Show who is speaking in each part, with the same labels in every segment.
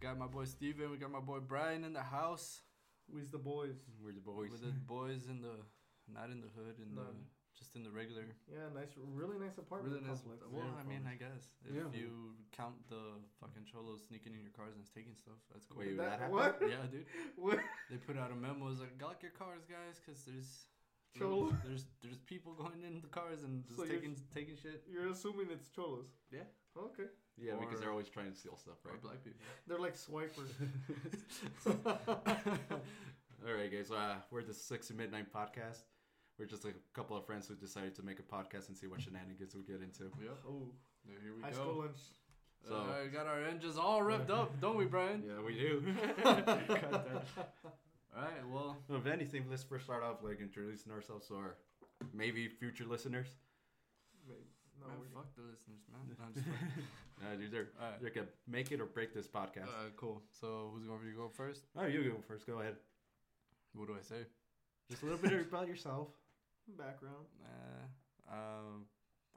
Speaker 1: got my boy Steven. We got my boy Brian in the house.
Speaker 2: We's the boys.
Speaker 3: We're the boys.
Speaker 1: We're the boys in the, not in the hood, in the
Speaker 2: No.
Speaker 1: just in the regular.
Speaker 2: Yeah, nice, really nice apartment
Speaker 1: Mm-hmm. Really nice.
Speaker 2: complex.
Speaker 1: Well, I mean, I guess if
Speaker 2: Yeah.
Speaker 1: you count the fucking cholos sneaking in your cars and taking stuff, that's cool.
Speaker 3: Wait, that
Speaker 2: That-
Speaker 3: happened?
Speaker 2: what?
Speaker 1: yeah, dude.
Speaker 2: What?
Speaker 1: They put out a memo. It's like, lock your cars, guys, because there's
Speaker 2: Cholo.
Speaker 1: there's there's people going in the cars and just
Speaker 2: So you're-
Speaker 1: taking taking shit.
Speaker 2: You're assuming it's cholos.
Speaker 3: Yeah.
Speaker 2: Okay.
Speaker 3: Yeah, because
Speaker 1: Or-
Speaker 3: they're always trying to steal stuff,
Speaker 1: Right,
Speaker 3: right?
Speaker 1: black people.
Speaker 2: They're like swipers.
Speaker 3: All right, guys. Uh, we're the Six to Midnight podcast. We're just like a couple of friends who decided to make a podcast and see what shenanigans we get into.
Speaker 1: Yep.
Speaker 2: oh,
Speaker 1: There, here we
Speaker 2: high
Speaker 1: go.
Speaker 2: school lunch.
Speaker 3: So-
Speaker 1: uh, we got our engines all revved up, don't we, Brian?
Speaker 3: Yeah, we do.
Speaker 1: All right. Well,
Speaker 3: if anything, let's first start off like introducing ourselves or maybe future listeners.
Speaker 2: Maybe. No,
Speaker 1: man,
Speaker 2: we're
Speaker 1: fuck the listeners, man. No, I'm just fucking-
Speaker 3: Uh, dude, they're,
Speaker 1: all right.
Speaker 3: they can make it or break this podcast.
Speaker 1: Uh, cool. So who's going for you go first?
Speaker 3: oh, you go first. Go ahead.
Speaker 1: What do I say?
Speaker 3: Just a little bit about yourself.
Speaker 2: background.
Speaker 1: Uh, um,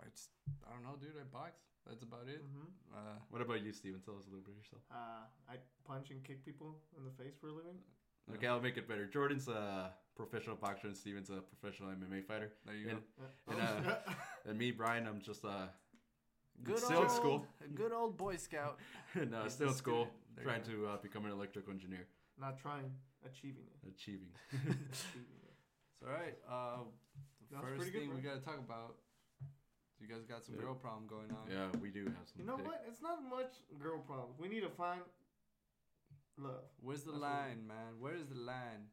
Speaker 1: I just I don't know, dude. I box. That's about it.
Speaker 2: Mm-hmm.
Speaker 1: Uh,
Speaker 3: What about you, Steven? Tell us a little bit yourself.
Speaker 2: Uh, I punch and kick people in the face for a living.
Speaker 1: Yeah.
Speaker 3: Okay, I'll make it better. Jordan's a professional boxer and Steven's a professional MMA fighter.
Speaker 1: there you
Speaker 3: And,
Speaker 1: go.
Speaker 2: Uh,
Speaker 3: and, uh, and me, Brian, I'm just uh,
Speaker 1: Good
Speaker 3: still in
Speaker 1: old
Speaker 3: school.
Speaker 1: Good old Boy Scout.
Speaker 3: and, uh,
Speaker 1: He's
Speaker 3: still in
Speaker 1: the
Speaker 3: school,
Speaker 1: student. There
Speaker 3: trying
Speaker 1: you
Speaker 3: to uh, become an electrical engineer,
Speaker 2: Not trying, achieving
Speaker 3: achieving.
Speaker 2: it. achieving it.
Speaker 1: It's all right. Uh, the
Speaker 2: That's
Speaker 1: first
Speaker 2: pretty good,
Speaker 1: thing we
Speaker 2: bro.
Speaker 1: gotta talk about. You guys got some
Speaker 3: Yeah.
Speaker 1: girl problem going on.
Speaker 3: Yeah, we do have some.
Speaker 2: You know
Speaker 3: dick.
Speaker 2: what? It's not much girl problem. We need to find love.
Speaker 1: Where's the
Speaker 2: That's what-
Speaker 1: line, man? Where is the line?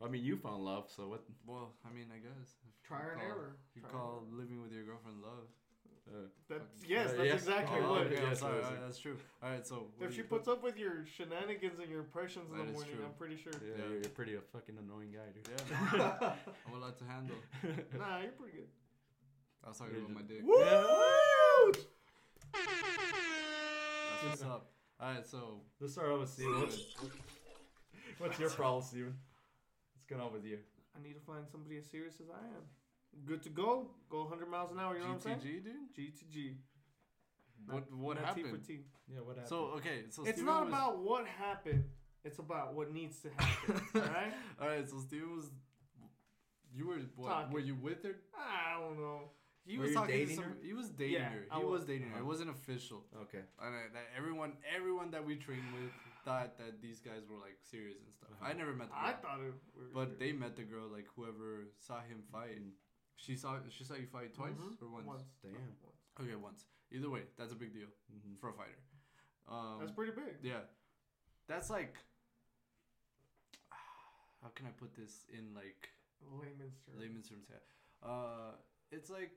Speaker 3: I mean, you found love, so what?
Speaker 1: Well, I mean, I guess. if you
Speaker 2: Trial and
Speaker 1: call-
Speaker 2: error.
Speaker 1: You
Speaker 2: Trial
Speaker 1: call
Speaker 2: and
Speaker 1: living with your girlfriend love.
Speaker 3: Uh,
Speaker 2: error. That,
Speaker 1: Fucking-
Speaker 2: yes,
Speaker 3: Uh,
Speaker 2: that's
Speaker 3: yeah.
Speaker 2: exactly
Speaker 3: Oh,
Speaker 2: what.
Speaker 1: okay, I'm
Speaker 3: yes,
Speaker 1: sorry,
Speaker 3: yes,
Speaker 1: all right,
Speaker 3: yes.
Speaker 1: that's true. All right, so what do
Speaker 2: If she
Speaker 1: you
Speaker 2: puts up with your shenanigans and your impressions in
Speaker 1: That
Speaker 2: the
Speaker 1: is
Speaker 2: morning,
Speaker 1: true.
Speaker 2: I'm pretty sure.
Speaker 3: yeah,
Speaker 1: Yeah.
Speaker 3: you're pretty a fucking annoying guy, dude.
Speaker 1: Yeah, man. I'm allowed to handle.
Speaker 2: Nah, you're pretty good.
Speaker 1: I was talking about my dick.
Speaker 3: Yeah.
Speaker 1: That's what's up. All right, so
Speaker 3: Let's start off with Steven. What's, what's your problem, Steven? What's going on with you?
Speaker 2: I need to find somebody as serious as I am. Good to go. Go 100 miles an hour. You know what I'm saying?
Speaker 1: GTG, dude.
Speaker 2: GTG.
Speaker 1: What what
Speaker 2: Not T for
Speaker 1: happened?
Speaker 2: T.
Speaker 3: Yeah, what happened?
Speaker 1: So okay, so
Speaker 2: It's
Speaker 1: Steven
Speaker 2: not
Speaker 1: was-
Speaker 2: about what happened. It's about what needs to happen. all right.
Speaker 1: All right, so Steven was. You were what,
Speaker 2: Talking.
Speaker 1: were you with her?
Speaker 2: I don't know.
Speaker 1: He
Speaker 3: Were
Speaker 1: was
Speaker 3: you
Speaker 1: talking
Speaker 3: dating
Speaker 1: to some,
Speaker 3: her?
Speaker 1: He was dating
Speaker 2: Yeah,
Speaker 1: her. He
Speaker 2: I
Speaker 1: was,
Speaker 2: was.
Speaker 1: dating her. It
Speaker 3: Uh-huh.
Speaker 1: wasn't official.
Speaker 3: okay.
Speaker 1: And I, that everyone, everyone that we trained with thought that these guys were like serious and stuff. I never met the girl,
Speaker 2: Uh-huh. I thought it. Were,
Speaker 1: but they met the girl like whoever saw him fight. She saw she saw you fight twice
Speaker 2: Mhm.
Speaker 1: or once?
Speaker 2: Once.
Speaker 3: Damn.
Speaker 2: Once.
Speaker 1: Okay, once. Either way, that's a big deal
Speaker 3: hmm
Speaker 1: for a fighter. Um,
Speaker 2: That's pretty big.
Speaker 1: Yeah. That's like how can I put this in like
Speaker 2: Layman's term.
Speaker 1: layman's terms? Yeah. Uh it's like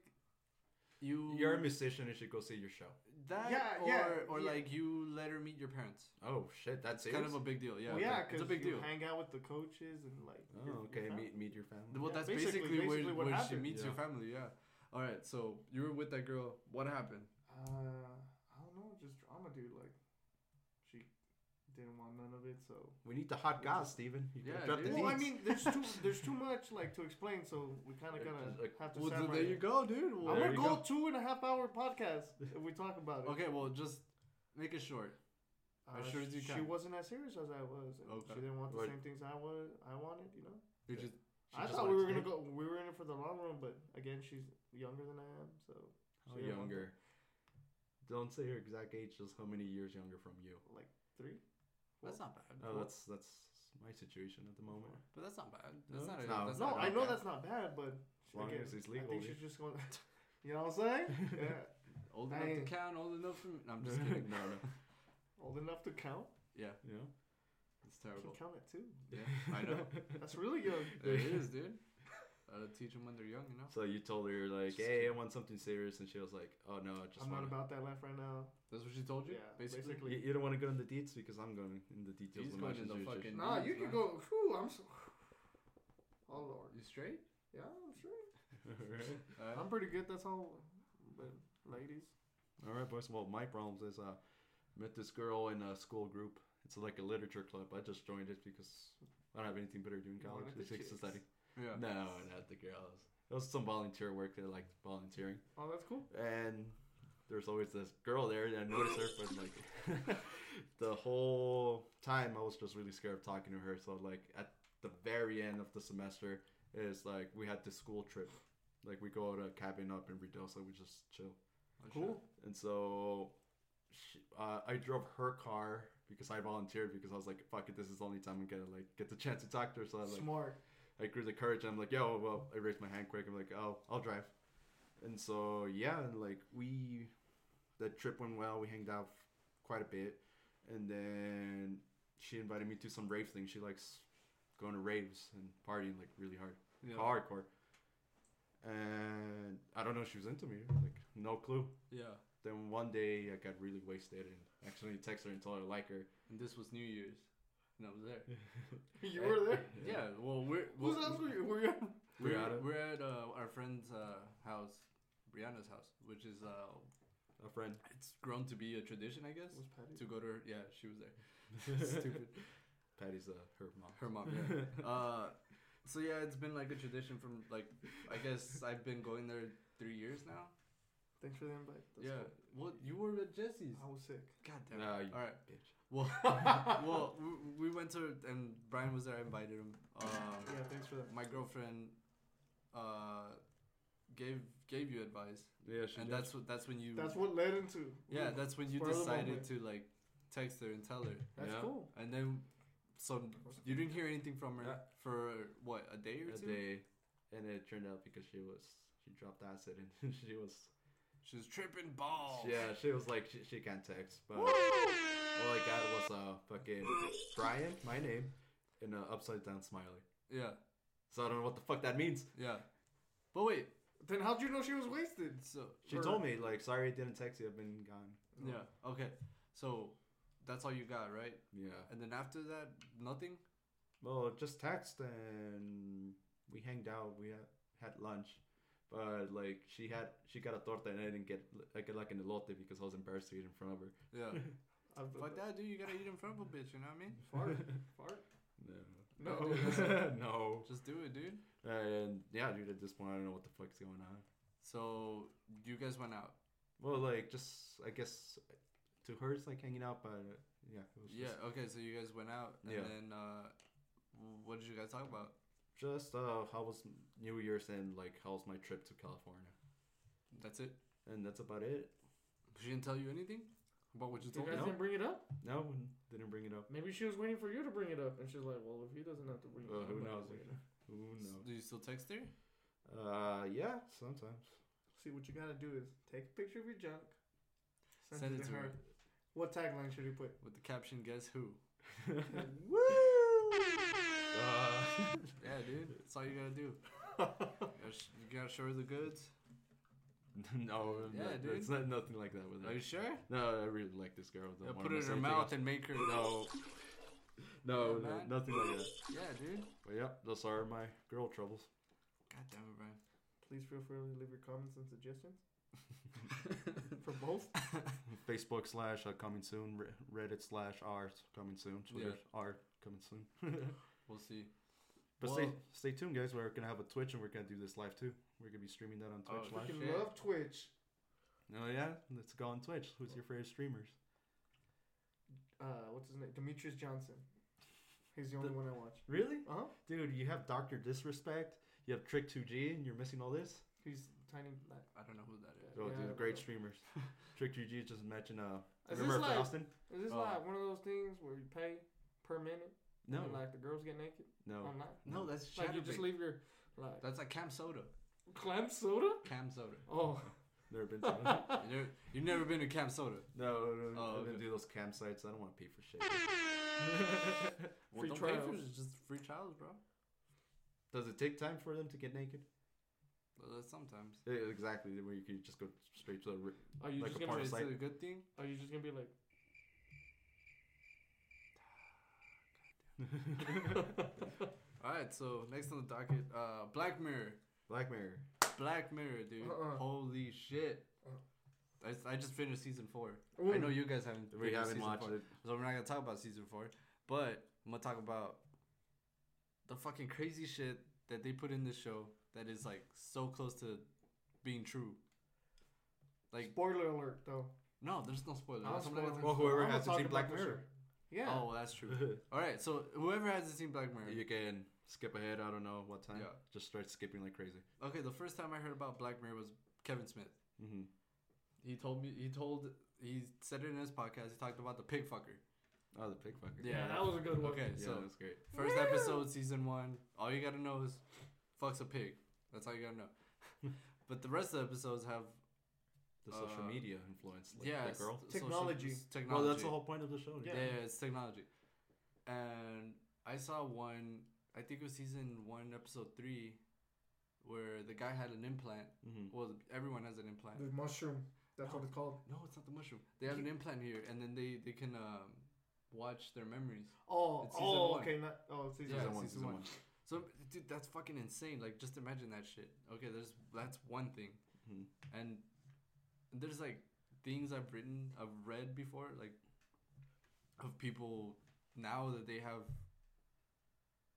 Speaker 1: you
Speaker 3: Mm-hmm. You're a musician and should go see your show.
Speaker 1: that
Speaker 2: Yeah,
Speaker 1: or
Speaker 2: yeah,
Speaker 1: or
Speaker 2: yeah.
Speaker 1: like you let her meet your parents.
Speaker 3: Oh shit, that's
Speaker 1: It's kind of a big deal. Yeah.
Speaker 2: Well, yeah,
Speaker 1: it's
Speaker 2: because
Speaker 1: a big
Speaker 2: you
Speaker 1: deal.
Speaker 2: hang out with the coaches and like.
Speaker 3: Oh,
Speaker 2: your- your
Speaker 3: okay.
Speaker 2: fam-
Speaker 3: Meet meet your family.
Speaker 1: well,
Speaker 2: Yeah,
Speaker 1: that's basically,
Speaker 2: basically- basically
Speaker 1: where,
Speaker 2: what
Speaker 1: where she
Speaker 2: happened,
Speaker 1: meets your
Speaker 3: yeah.
Speaker 1: family. Yeah. All right. So you were with that girl. What happened?
Speaker 2: Uh, I don't know, just drama, dude. Like, she didn't want none of it, so.
Speaker 3: We need the hot guys, Steven. You
Speaker 1: Yeah,
Speaker 3: gotta drop
Speaker 1: dude.
Speaker 3: the
Speaker 2: Well, I
Speaker 3: deets.
Speaker 2: mean, there's too there's too much like to explain, so we kind of
Speaker 3: It
Speaker 2: gonna
Speaker 3: just, like-
Speaker 2: have to
Speaker 1: Well, th-
Speaker 2: separate.
Speaker 1: there you
Speaker 2: it.
Speaker 1: go, dude. Well,
Speaker 2: I'm
Speaker 3: There
Speaker 2: gonna
Speaker 3: you
Speaker 2: go,
Speaker 3: go.
Speaker 2: two and a half hour podcast if we talk about it.
Speaker 1: okay. Well, just make it short.
Speaker 2: Uh,
Speaker 1: as sure as you
Speaker 2: she
Speaker 1: can.
Speaker 2: wasn't as serious as I was, and
Speaker 1: Okay.
Speaker 2: she didn't want the
Speaker 3: Right.
Speaker 2: same things I was. I wanted, you know.
Speaker 1: You
Speaker 3: Yeah.
Speaker 1: just- she
Speaker 2: I
Speaker 1: just
Speaker 2: thought we were
Speaker 1: wanted
Speaker 2: gonna
Speaker 1: to-
Speaker 2: go. We were in it for the long run, but again, she's younger than I am, so
Speaker 1: Oh,
Speaker 3: How
Speaker 2: she didn't want
Speaker 3: younger? Don't say your exact age. Just how many years younger from you?
Speaker 2: the- Like three.
Speaker 1: That's not bad.
Speaker 3: Oh, that's that's my situation at the moment.
Speaker 1: But that's not bad.
Speaker 3: No?
Speaker 1: That's not. A,
Speaker 3: No.
Speaker 1: that's
Speaker 2: no,
Speaker 1: not a
Speaker 2: I
Speaker 1: bad
Speaker 2: know
Speaker 1: guy.
Speaker 2: that's not bad, but
Speaker 3: As long
Speaker 2: again,
Speaker 3: as it's
Speaker 2: I
Speaker 3: legal.
Speaker 2: think she's just going. to you know what I'm saying? yeah.
Speaker 1: Old enough to
Speaker 2: Dang.
Speaker 1: count, old enough for me. No, I'm
Speaker 3: I'm
Speaker 1: just kidding.
Speaker 3: no, no.
Speaker 2: Old enough to count.
Speaker 1: Yeah,
Speaker 3: You know?
Speaker 1: it's
Speaker 2: I can
Speaker 1: terrible.
Speaker 2: count at two.
Speaker 1: Yeah, I know.
Speaker 2: That's really young.
Speaker 1: It is, dude. Gotta teach them when they're young, you know?
Speaker 3: So you told her like,
Speaker 1: Just
Speaker 3: "Hey, I want something serious," and she was like, "Oh no, I just
Speaker 2: I'm not
Speaker 3: wanna-
Speaker 2: about that life right now.
Speaker 1: That's what she told you?
Speaker 2: Yeah,
Speaker 1: basically.
Speaker 3: You,
Speaker 2: basically.
Speaker 3: you don't want to go in the deets because I'm going in the details.
Speaker 1: He's
Speaker 3: of
Speaker 1: going in the
Speaker 3: situation.
Speaker 1: fucking-
Speaker 2: Nah, you
Speaker 1: Nice,
Speaker 2: can
Speaker 1: man.
Speaker 2: go. Whew, I'm. So, oh lord.
Speaker 1: You straight?
Speaker 2: Yeah, I'm sure.
Speaker 3: Alright.
Speaker 1: Uh,
Speaker 2: I'm pretty good. That's all. But ladies,
Speaker 3: All right, boys. Well, my problems is uh, met this girl in a school group. It's like a literature club. I just joined it because I don't have anything better to do in
Speaker 2: You
Speaker 3: college
Speaker 2: wanted the
Speaker 3: except to
Speaker 2: chicks.
Speaker 3: study.
Speaker 1: yeah.
Speaker 3: No, not the girls. It was some volunteer work. They liked volunteering,
Speaker 2: oh that's cool.
Speaker 3: and there's always this girl there, and I noticed her, but like the whole time I was just really scared of talking to her. So like at the very end of the semester is like we had this school trip, like we go to a cabin up in Redosa, we just chill,
Speaker 1: Oh, shit.
Speaker 2: Cool.
Speaker 3: and so she, uh, I drove her car because I volunteered because I was like, fuck it, this is the only time I'm gonna like get the chance to talk to her. So I like
Speaker 2: Smart.
Speaker 3: I grew the courage. I'm like, yo, well, I raised my hand quick. I'm like, oh, I'll drive. And so yeah, and like we, the trip went well. We hanged out quite a bit, and then she invited me to some rave thing. She likes going to raves and partying like really hard,
Speaker 1: Yeah.
Speaker 3: hardcore. And I don't know if she was into me. Like no clue.
Speaker 1: Yeah.
Speaker 3: Then one day I got really wasted and accidentally texted her and told her I like her.
Speaker 1: And this was New Year's, and I was there.
Speaker 2: You were there.
Speaker 1: Yeah. well, we're
Speaker 2: Who's
Speaker 1: well,
Speaker 2: else were you? Were you?
Speaker 1: We're,
Speaker 3: Brianna.
Speaker 1: we're at uh, our friend's uh, house, Brianna's house, which is uh,
Speaker 3: A friend.
Speaker 1: it's grown to be a tradition, I guess,
Speaker 2: Was Patty?
Speaker 1: to go to her. Yeah, she was there. Stupid.
Speaker 3: Patty's uh, her mom.
Speaker 1: Her mom. Yeah. Uh, so yeah, it's been like a tradition from like I guess I've been going there three years now.
Speaker 2: Thanks for the invite. That's
Speaker 1: yeah. Well, you were at Jesse's.
Speaker 2: cool. I was sick.
Speaker 1: God damn it.
Speaker 3: Nah, you-
Speaker 1: All right.
Speaker 3: Bitch.
Speaker 1: Well, well, we- we went to and Brian was there. I invited him. Um,
Speaker 2: Yeah. Thanks for that.
Speaker 1: My girlfriend uh, gave gave you advice,
Speaker 3: Yeah, she
Speaker 1: and
Speaker 3: does.
Speaker 1: that's what that's when you
Speaker 2: That's what led into.
Speaker 1: yeah
Speaker 2: Ooh,
Speaker 1: that's when you
Speaker 2: Spoiler
Speaker 1: decided
Speaker 2: moment.
Speaker 1: to like text her and tell her,
Speaker 2: That's
Speaker 3: Yeah.
Speaker 2: cool.
Speaker 1: and then so you didn't hear anything from her
Speaker 3: Yeah.
Speaker 1: for what a day or
Speaker 3: a
Speaker 1: two.
Speaker 3: day, and it turned out because she was she dropped acid and she was
Speaker 1: She was tripping balls.
Speaker 3: yeah she was like she, she can't text but all I got was uh fucking Brian my name and a upside down smiley
Speaker 1: yeah,
Speaker 3: so I don't know what the fuck that means
Speaker 1: yeah. But wait,
Speaker 2: Then how'd you know she was wasted?
Speaker 1: so
Speaker 3: she
Speaker 2: Or-
Speaker 3: told me like sorry I didn't text you I've been gone
Speaker 1: yeah, okay, so that's all you got, right?
Speaker 3: yeah
Speaker 1: And then after that, nothing.
Speaker 3: well just text and we hanged out we had, had lunch. But like she had, she got a torta and I didn't get, I got like an elote because I was embarrassed to eat in front of her.
Speaker 1: Yeah.
Speaker 2: I've
Speaker 1: Fuck that, dude. You gotta eat in front of a bitch. You know what I mean?
Speaker 2: Fart. Fart.
Speaker 3: No,
Speaker 2: No.
Speaker 3: no.
Speaker 1: Just do it, dude.
Speaker 3: And yeah, dude, at this point, I don't know what the fuck's going on.
Speaker 1: So you guys went out.
Speaker 3: Well, like, just I guess to her, it's like hanging out, but uh, yeah, it was
Speaker 1: Yeah. Okay. So you guys went out, and
Speaker 3: Yeah.
Speaker 1: then uh, w- what did you guys talk about?
Speaker 3: just, just uh, how was New Year's and like how was my trip to California,
Speaker 1: That's it.
Speaker 3: and that's about it.
Speaker 1: She didn't tell you anything about what you
Speaker 2: You
Speaker 1: told
Speaker 2: guys
Speaker 1: her.
Speaker 3: No.
Speaker 2: didn't bring it up.
Speaker 3: No, they didn't bring it up.
Speaker 2: Maybe she was waiting for you to bring it up, and she's like, "Well, if he doesn't have to bring it
Speaker 3: Uh,
Speaker 2: up,
Speaker 3: who
Speaker 2: I'm not
Speaker 3: knows?
Speaker 2: gonna bring it up."
Speaker 3: Who
Speaker 1: S-
Speaker 3: knows?
Speaker 1: Do you still text her?
Speaker 3: Uh, yeah, sometimes.
Speaker 2: See, what you gotta do is take a picture of your junk, send,
Speaker 1: Send
Speaker 2: it to her. What tagline should you put?
Speaker 1: with the caption "Guess who."
Speaker 2: Woo!
Speaker 3: Uh,
Speaker 1: Yeah, dude. That's all you gotta do. You gotta, sh- you gotta show her the goods.
Speaker 3: no,
Speaker 1: Yeah,
Speaker 3: no,
Speaker 1: dude.
Speaker 3: it's not nothing like that with
Speaker 1: Are you
Speaker 3: her.
Speaker 1: sure?
Speaker 3: No, I really like this girl. Don't
Speaker 1: Yeah,
Speaker 3: wanna
Speaker 1: put it
Speaker 3: miss
Speaker 1: in her
Speaker 3: anything
Speaker 1: mouth and make her.
Speaker 3: No. No,
Speaker 1: Yeah,
Speaker 3: no,
Speaker 1: man.
Speaker 3: nothing like that.
Speaker 1: Yeah, dude.
Speaker 3: But yep, those are my girl troubles.
Speaker 1: God damn it, Brian.
Speaker 2: Please feel free to leave your comments and suggestions for both.
Speaker 3: Facebook slash uh, coming soon, Re- Reddit slash R coming soon, Twitter R coming soon.
Speaker 1: We'll see.
Speaker 3: but stay
Speaker 1: Well-
Speaker 3: stay tuned, guys. We're gonna have a Twitch and we're gonna do this live too. We're gonna be streaming that on Twitch
Speaker 1: Oh,
Speaker 3: live.
Speaker 1: shit.
Speaker 2: Freaking love Twitch.
Speaker 3: Oh yeah, let's go on Twitch. Who's your favorite streamers?
Speaker 2: Uh, what's his name? Demetrius Johnson. He's the only one I watch.
Speaker 3: Really,
Speaker 2: Uh huh.
Speaker 3: dude? You have Doctor Disrespect. You have Trick Two G, and you're missing all this.
Speaker 2: He's tiny. Like,
Speaker 1: I don't know who that is.
Speaker 3: Oh,
Speaker 2: Yeah, I
Speaker 3: dude,
Speaker 2: don't
Speaker 3: great
Speaker 2: know.
Speaker 3: streamers. Trick Two G is just matching. Uh,
Speaker 2: Is this
Speaker 3: remember
Speaker 2: like-
Speaker 3: Faustin?
Speaker 2: is this
Speaker 1: Oh.
Speaker 2: like one of those things where you pay per minute?
Speaker 3: No,
Speaker 2: And, like the girls get naked
Speaker 3: no.
Speaker 2: online.
Speaker 1: No, that's
Speaker 2: Like you just
Speaker 1: Shadowbait.
Speaker 2: leave your like
Speaker 1: That's like Cam Soda.
Speaker 2: clam soda.
Speaker 1: Cam Soda.
Speaker 2: Oh,
Speaker 3: Never been to one.
Speaker 1: You never- You've never been to Camp Soda.
Speaker 3: No, no, no.
Speaker 1: Oh,
Speaker 3: I'm gonna
Speaker 1: okay.
Speaker 3: do those campsites. I don't want to pay for shit.
Speaker 1: Well,
Speaker 2: Free
Speaker 1: don't pay for
Speaker 2: trials.
Speaker 1: it, it's just free trials, bro.
Speaker 3: Does it take time for them to get naked?
Speaker 1: Well, that's sometimes.
Speaker 3: Eh, Exactly, where you can just go straight to the. ri-
Speaker 2: are you
Speaker 3: Like
Speaker 2: just
Speaker 3: a
Speaker 2: gonna?
Speaker 3: part-
Speaker 2: Be,
Speaker 1: Is
Speaker 3: Parasite.
Speaker 1: it a good thing?
Speaker 2: are you just gonna be like?
Speaker 1: All right, so next on the docket, uh, Black Mirror.
Speaker 3: Black Mirror.
Speaker 1: Black Mirror, dude.
Speaker 2: Uh-uh.
Speaker 1: Holy shit. I, s- I just finished season four. I
Speaker 2: Ooh.
Speaker 1: know you guys haven't.
Speaker 3: We
Speaker 1: finished
Speaker 3: haven't
Speaker 1: season
Speaker 3: watched
Speaker 1: four,
Speaker 3: it.
Speaker 1: so we're not gonna talk about season four. But I'm gonna talk about the fucking crazy shit that they put in this show that is like so close to being true. Like Oh,
Speaker 2: Spoiler alert, though.
Speaker 1: no, there's no spoiler.
Speaker 2: I'm
Speaker 1: That's what I
Speaker 2: spoiling
Speaker 1: meant.
Speaker 3: Well, whoever
Speaker 2: I'm not
Speaker 3: hasn't
Speaker 2: talking
Speaker 3: seen Black
Speaker 2: about the
Speaker 3: Mirror.
Speaker 2: show. Yeah.
Speaker 1: Oh, well, that's true. All right, so whoever hasn't seen Black Mirror,
Speaker 3: you can skip ahead. I don't know what time.
Speaker 1: Yeah.
Speaker 3: Just start skipping like crazy.
Speaker 1: okay, the first time I heard about Black Mirror was Kevin Smith.
Speaker 3: Mm-hmm.
Speaker 1: He told me he told he said it in his podcast. He talked about the pig fucker.
Speaker 3: Oh, the pig fucker.
Speaker 1: Yeah,
Speaker 2: that was a good one.
Speaker 1: Okay,
Speaker 3: Yeah,
Speaker 1: so
Speaker 3: that was great.
Speaker 1: First
Speaker 2: Woo!
Speaker 1: episode, season one. All you gotta know is fucks a pig. That's all you gotta know. but the rest of the episodes have
Speaker 3: The social
Speaker 1: Uh,
Speaker 3: media influence. Like,
Speaker 1: yeah
Speaker 3: That
Speaker 1: it's
Speaker 3: girl.
Speaker 1: social-
Speaker 2: Technology.
Speaker 1: it's technology.
Speaker 3: Well, that's the whole point of the show.
Speaker 1: yeah.
Speaker 2: Yeah.
Speaker 1: yeah, it's technology. And I saw one. I think it was season one, episode three, where the guy had an implant.
Speaker 3: Mm-hmm.
Speaker 1: Well, everyone has an implant.
Speaker 2: The mushroom. That's what it's called.
Speaker 1: No, it's not the mushroom. They have an implant here, and then they they can um, watch their memories.
Speaker 2: Oh,
Speaker 1: It's season
Speaker 2: oh,
Speaker 1: one.
Speaker 2: okay. Not, oh, it's season
Speaker 1: Yeah,
Speaker 3: Season one.
Speaker 1: season
Speaker 3: Season
Speaker 1: one.
Speaker 3: one.
Speaker 1: So, dude, that's fucking insane. Like, just imagine that shit. Okay, there's that's one thing,
Speaker 3: Mhm.
Speaker 1: and there's like things I've written, I've read before, like of people now that they have.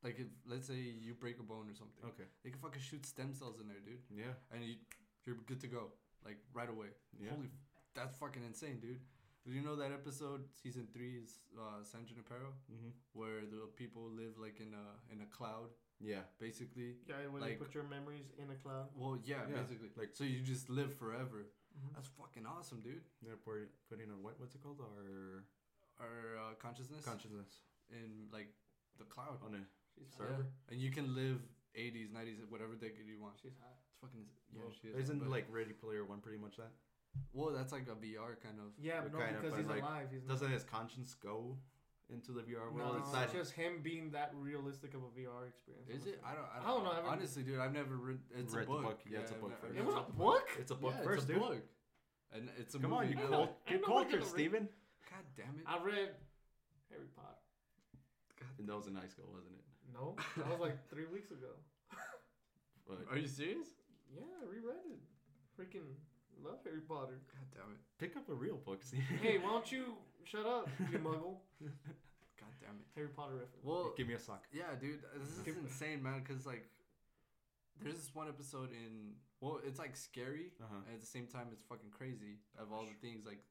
Speaker 1: Like if let's say you break a bone or something,
Speaker 3: Okay.
Speaker 1: they can fucking shoot stem cells in there, dude,
Speaker 3: Yeah.
Speaker 1: and you, you're good to go, like right away.
Speaker 3: Yeah.
Speaker 1: Holy, f- that's fucking insane, dude. Did you know that episode season three is uh, San Junipero,
Speaker 3: mm-hmm.
Speaker 1: where the people live like in a in a cloud,
Speaker 3: Yeah.
Speaker 1: basically.
Speaker 2: Yeah, when
Speaker 1: Like-
Speaker 2: you put your memories in a cloud.
Speaker 1: Well, yeah,
Speaker 3: Yeah,
Speaker 1: basically. Like,
Speaker 3: like-
Speaker 1: so you just live forever.
Speaker 2: Mhm.
Speaker 1: That's fucking awesome, dude.
Speaker 3: They're putting putting on what? What's it called? Our
Speaker 1: Our uh, consciousness
Speaker 3: consciousness
Speaker 1: in like the cloud.
Speaker 3: on a
Speaker 2: She's
Speaker 1: Yeah.
Speaker 2: hot.
Speaker 3: server.
Speaker 1: And you can live 80s, 90s, whatever decade you want.
Speaker 2: She's hot.
Speaker 1: It's fucking. Yeah,
Speaker 3: Well,
Speaker 1: she is.
Speaker 3: isn't
Speaker 1: but-
Speaker 3: like Ready Player One pretty much that?
Speaker 1: Well, that's like a VR kind of.
Speaker 2: Yeah,
Speaker 3: What
Speaker 2: but no,
Speaker 3: kind of
Speaker 2: because
Speaker 3: fun,
Speaker 2: he's
Speaker 3: like,
Speaker 2: alive. He's not.
Speaker 3: Doesn't his conscience go into the VR
Speaker 2: No,
Speaker 3: world?
Speaker 2: it's
Speaker 3: not-
Speaker 2: just him being that realistic of a VR experience.
Speaker 1: Is it? I don't. I don't,
Speaker 2: I don't know, I haven't-
Speaker 1: Honestly, dude, I've never read. It's
Speaker 3: Read
Speaker 1: a
Speaker 3: the
Speaker 1: book.
Speaker 3: book, yeah, it's a
Speaker 1: I've
Speaker 3: book
Speaker 1: never-
Speaker 3: first.
Speaker 1: I've
Speaker 2: It was
Speaker 1: never-
Speaker 2: a book.
Speaker 3: it's a
Speaker 1: Yeah,
Speaker 3: book
Speaker 1: it's
Speaker 3: first,
Speaker 1: a
Speaker 3: dude.
Speaker 1: book. And it's a
Speaker 3: Come on,
Speaker 1: movie.
Speaker 3: you
Speaker 1: I know.
Speaker 3: cult,
Speaker 2: I
Speaker 3: you
Speaker 2: know we're
Speaker 3: cultured,
Speaker 2: gonna read-
Speaker 3: Steven.
Speaker 1: God damn it.
Speaker 2: I read Harry Potter.
Speaker 3: And that was in high school, wasn't it?
Speaker 2: No, that was like three weeks ago.
Speaker 3: But
Speaker 1: Are you serious?
Speaker 2: Yeah, I reread it. Freaking love Harry Potter.
Speaker 1: God damn it.
Speaker 3: pick up a real book, Steven.
Speaker 2: hey, why don't you shut up, you muggle?
Speaker 1: God damn it.
Speaker 2: Harry Potter reference.
Speaker 1: Well,
Speaker 3: give me a sock.
Speaker 1: Yeah, dude, this is
Speaker 2: Keep-
Speaker 1: insane, man. Because like, there's this one episode in well, it's like scary,
Speaker 3: Uh huh.
Speaker 1: and at the same time, it's fucking crazy of all the things like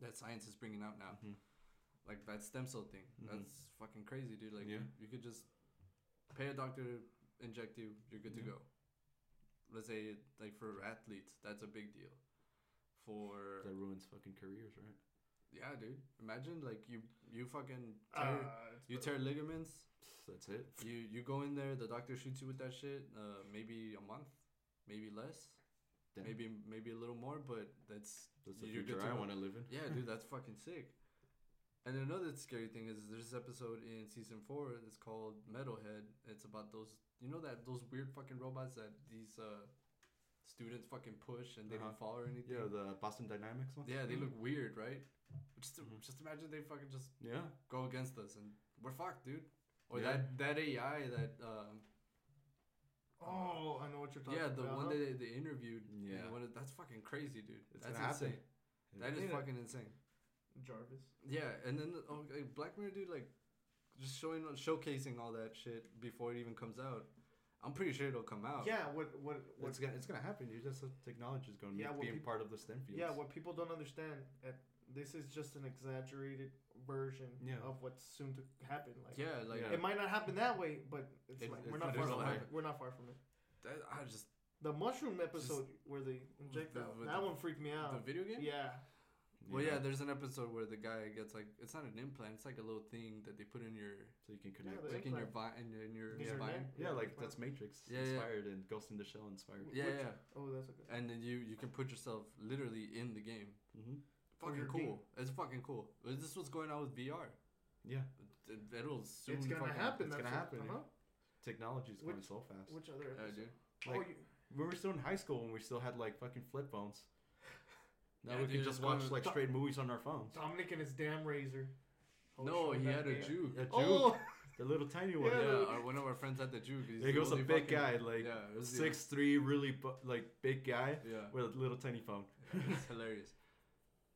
Speaker 1: that science is bringing out now.
Speaker 3: Mhm.
Speaker 1: Like that stem cell thing,
Speaker 3: Mhm.
Speaker 1: that's fucking crazy, dude. Like
Speaker 3: Yeah.
Speaker 1: you could just pay a doctor to inject you, you're good to
Speaker 3: Yeah.
Speaker 1: go. Let's say like for athletes, that's a big deal. For
Speaker 3: That ruins fucking careers, right?
Speaker 1: yeah, dude, imagine like you you fucking
Speaker 2: Ah,
Speaker 1: tear,
Speaker 2: it's
Speaker 1: you
Speaker 2: better.
Speaker 1: tear ligaments.
Speaker 3: That's it.
Speaker 1: You you go in there, the doctor shoots you with that shit. Uh, maybe a month, maybe less,
Speaker 3: Damn.
Speaker 1: maybe maybe a little more, but that's
Speaker 3: That's the
Speaker 1: you're good
Speaker 3: future
Speaker 1: to
Speaker 3: I
Speaker 1: go.
Speaker 3: want to live in.
Speaker 1: yeah, dude, that's fucking sick. And another scary thing is there's this episode in season four that's called Metalhead. It's about those you know that those weird fucking robots that these uh students fucking push and they
Speaker 3: Uh-huh.
Speaker 1: don't fall or anything.
Speaker 3: Yeah, the Boston Dynamics one.
Speaker 1: yeah, they look weird, right? Just
Speaker 3: Mhm.
Speaker 1: just imagine they fucking just
Speaker 3: Yeah.
Speaker 1: go against us and we're fucked, dude. Or
Speaker 3: Yeah.
Speaker 1: that that AI that um
Speaker 2: Oh, I know what you're talking
Speaker 1: Yeah,
Speaker 2: about.
Speaker 1: the one that they, they interviewed. Yeah,
Speaker 3: Yeah.
Speaker 1: one of, that's fucking crazy, dude.
Speaker 3: It's
Speaker 1: that's
Speaker 3: gonna
Speaker 1: insane.
Speaker 3: happen.
Speaker 1: That is
Speaker 2: Yeah.
Speaker 1: fucking insane.
Speaker 2: Jarvis.
Speaker 1: Yeah, and then oh, like, Black Mirror, dude, like just showing showcasing all that shit before it even comes out. I'm pretty sure it'll come out.
Speaker 2: Yeah, what what what
Speaker 3: It's gonna, it's gonna happen. You just technology is going to
Speaker 2: Yeah, what
Speaker 3: be being
Speaker 2: peop-
Speaker 3: part of the STEM fields.
Speaker 2: Yeah, what people don't understand, uh, this is just an exaggerated version
Speaker 3: Yeah.
Speaker 2: of what's soon to happen. Like,
Speaker 1: yeah, like
Speaker 3: Yeah.
Speaker 2: it might not happen that way, but it's,
Speaker 3: It-
Speaker 2: like
Speaker 3: it-
Speaker 2: we're not
Speaker 3: it
Speaker 2: far
Speaker 3: is
Speaker 2: from
Speaker 3: that
Speaker 2: it.
Speaker 3: way.
Speaker 2: We're not far from it.
Speaker 1: that. I just
Speaker 2: The mushroom episode where they inject
Speaker 1: the-
Speaker 2: that,
Speaker 1: with
Speaker 2: that
Speaker 1: the-
Speaker 2: one freaked me
Speaker 1: the
Speaker 2: out.
Speaker 1: video game.
Speaker 2: yeah,
Speaker 1: Well, yeah,
Speaker 3: know,
Speaker 1: there's an episode where the guy gets like it's not an implant, it's like a little thing that they put in your
Speaker 3: so you can
Speaker 2: yeah,
Speaker 3: connect.
Speaker 2: the
Speaker 1: like in your
Speaker 2: implant.
Speaker 1: vine in your,
Speaker 2: These
Speaker 1: yeah.
Speaker 2: are
Speaker 1: vine.
Speaker 2: named-
Speaker 3: Yeah, like that's Matrix
Speaker 1: Yeah, yeah.
Speaker 3: inspired and Ghost in the Shell inspired.
Speaker 1: Yeah,
Speaker 2: Which-
Speaker 1: yeah,
Speaker 2: Oh, that's okay.
Speaker 1: and then you you can put yourself literally in the game.
Speaker 3: Mm-hmm.
Speaker 2: Or
Speaker 1: Fucking
Speaker 2: your
Speaker 1: cool.
Speaker 2: game.
Speaker 1: It's fucking cool. This is what's going on with VR.
Speaker 3: Yeah,
Speaker 1: It, it'll soon
Speaker 2: it's gonna
Speaker 1: fucking
Speaker 2: happen.
Speaker 3: it's
Speaker 2: that's
Speaker 3: gonna
Speaker 2: what-
Speaker 3: happen, yeah.
Speaker 2: Uh-huh.
Speaker 3: technology is going
Speaker 2: Which-
Speaker 3: so fast.
Speaker 2: Which other
Speaker 1: Yeah,
Speaker 2: episode?
Speaker 1: dude.
Speaker 2: oh,
Speaker 3: Like-
Speaker 2: you,
Speaker 3: we were still in high school when we still had like fucking flip phones. Now
Speaker 1: Yeah,
Speaker 3: we
Speaker 1: dude,
Speaker 3: can just
Speaker 1: it's
Speaker 3: watch
Speaker 1: going-
Speaker 3: like straight movies on our phones.
Speaker 2: Dominic and his damn razor. Oh,
Speaker 1: No,
Speaker 2: shit,
Speaker 1: he
Speaker 2: that
Speaker 1: had a
Speaker 2: man.
Speaker 1: Jew.
Speaker 3: A Jew,
Speaker 2: Oh,
Speaker 3: the little tiny one.
Speaker 1: Yeah,
Speaker 2: Yeah, dude.
Speaker 1: our, one of our friends had the Jew. 'cause he's
Speaker 3: Like,
Speaker 1: the
Speaker 3: it was a
Speaker 1: only
Speaker 3: big
Speaker 1: fucking-
Speaker 3: guy, like
Speaker 1: yeah, it was the-
Speaker 3: six three, really bu- like big guy
Speaker 1: Yeah,
Speaker 3: with a little tiny phone. Mm-hmm.
Speaker 1: it's hilarious.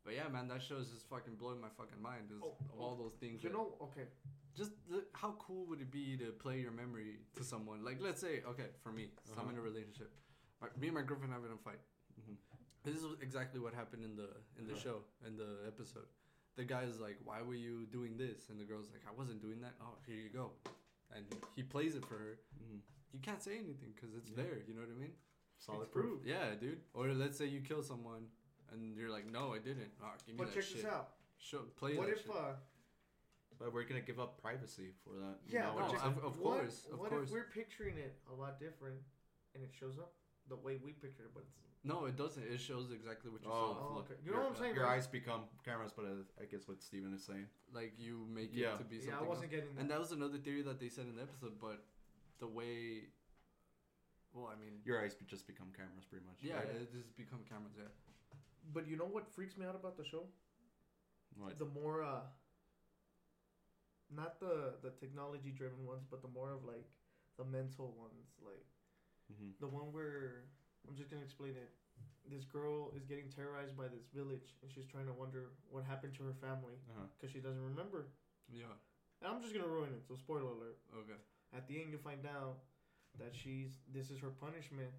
Speaker 1: But yeah, man, that show is just fucking blowing my fucking mind. Is
Speaker 2: Oh, oh,
Speaker 1: all those things.
Speaker 2: you
Speaker 1: that-
Speaker 2: know, okay.
Speaker 1: just look, how cool would it be to play your memory to someone? Like, let's say, okay, for me, so I'm
Speaker 3: Uh-huh.
Speaker 1: in a relationship. My, me and my girlfriend having a fight.
Speaker 3: Mhm.
Speaker 1: This is exactly what happened in the in the
Speaker 3: Huh.
Speaker 1: show in the episode. The guy is like, "Why were you doing this?" And the girl's like, "I wasn't doing that." Oh, here you go, and he plays it for her.
Speaker 3: Mhm.
Speaker 1: You can't say anything because it's
Speaker 3: Yeah.
Speaker 1: there. You know what I mean?
Speaker 3: Solid
Speaker 2: It's
Speaker 3: proof.
Speaker 2: proof.
Speaker 1: Yeah, dude. Or let's say you kill someone, and you're like, "No, I didn't." Ah, give me
Speaker 2: But
Speaker 1: that
Speaker 2: check
Speaker 1: shit.
Speaker 2: this out.
Speaker 1: Show, play
Speaker 2: what
Speaker 1: that
Speaker 2: if
Speaker 1: shit.
Speaker 2: uh
Speaker 3: But we're gonna give up privacy for that.
Speaker 2: Yeah,
Speaker 3: No,
Speaker 2: but
Speaker 1: no,
Speaker 2: check-
Speaker 1: of, of
Speaker 2: what-
Speaker 1: course, of
Speaker 2: what
Speaker 1: course.
Speaker 2: if we're picturing it a lot different and it shows up the way we pictured it, but it's
Speaker 1: No, it doesn't. It shows exactly what you
Speaker 3: Oh.
Speaker 1: saw.
Speaker 2: oh,
Speaker 3: look,
Speaker 2: okay. You know
Speaker 3: your-
Speaker 2: what I'm saying?
Speaker 3: Your
Speaker 2: right?
Speaker 3: eyes become cameras, but uh, I, I guess what Steven is saying.
Speaker 1: Like you make
Speaker 3: Yeah.
Speaker 1: it to be something.
Speaker 2: Yeah, I
Speaker 1: else.
Speaker 2: wasn't getting that.
Speaker 1: And that was another theory that they said in the episode, but the way. Well, I mean.
Speaker 3: Your eyes be- just become cameras, pretty much.
Speaker 1: Yeah,
Speaker 3: right?
Speaker 1: it just become cameras, yeah.
Speaker 2: But you know what freaks me out about the show?
Speaker 3: What?
Speaker 2: The more uh not the the technology driven ones, but the more of like the mental ones, like
Speaker 3: Mhm.
Speaker 2: the one where I'm just gonna explain it. This girl is getting terrorized by this village, and she's trying to wonder what happened to her family
Speaker 3: Uh-huh.
Speaker 2: because she doesn't remember.
Speaker 1: Yeah,
Speaker 2: And I'm just gonna ruin it. So spoiler alert.
Speaker 1: okay.
Speaker 2: At the end, you find out that she's this is her punishment,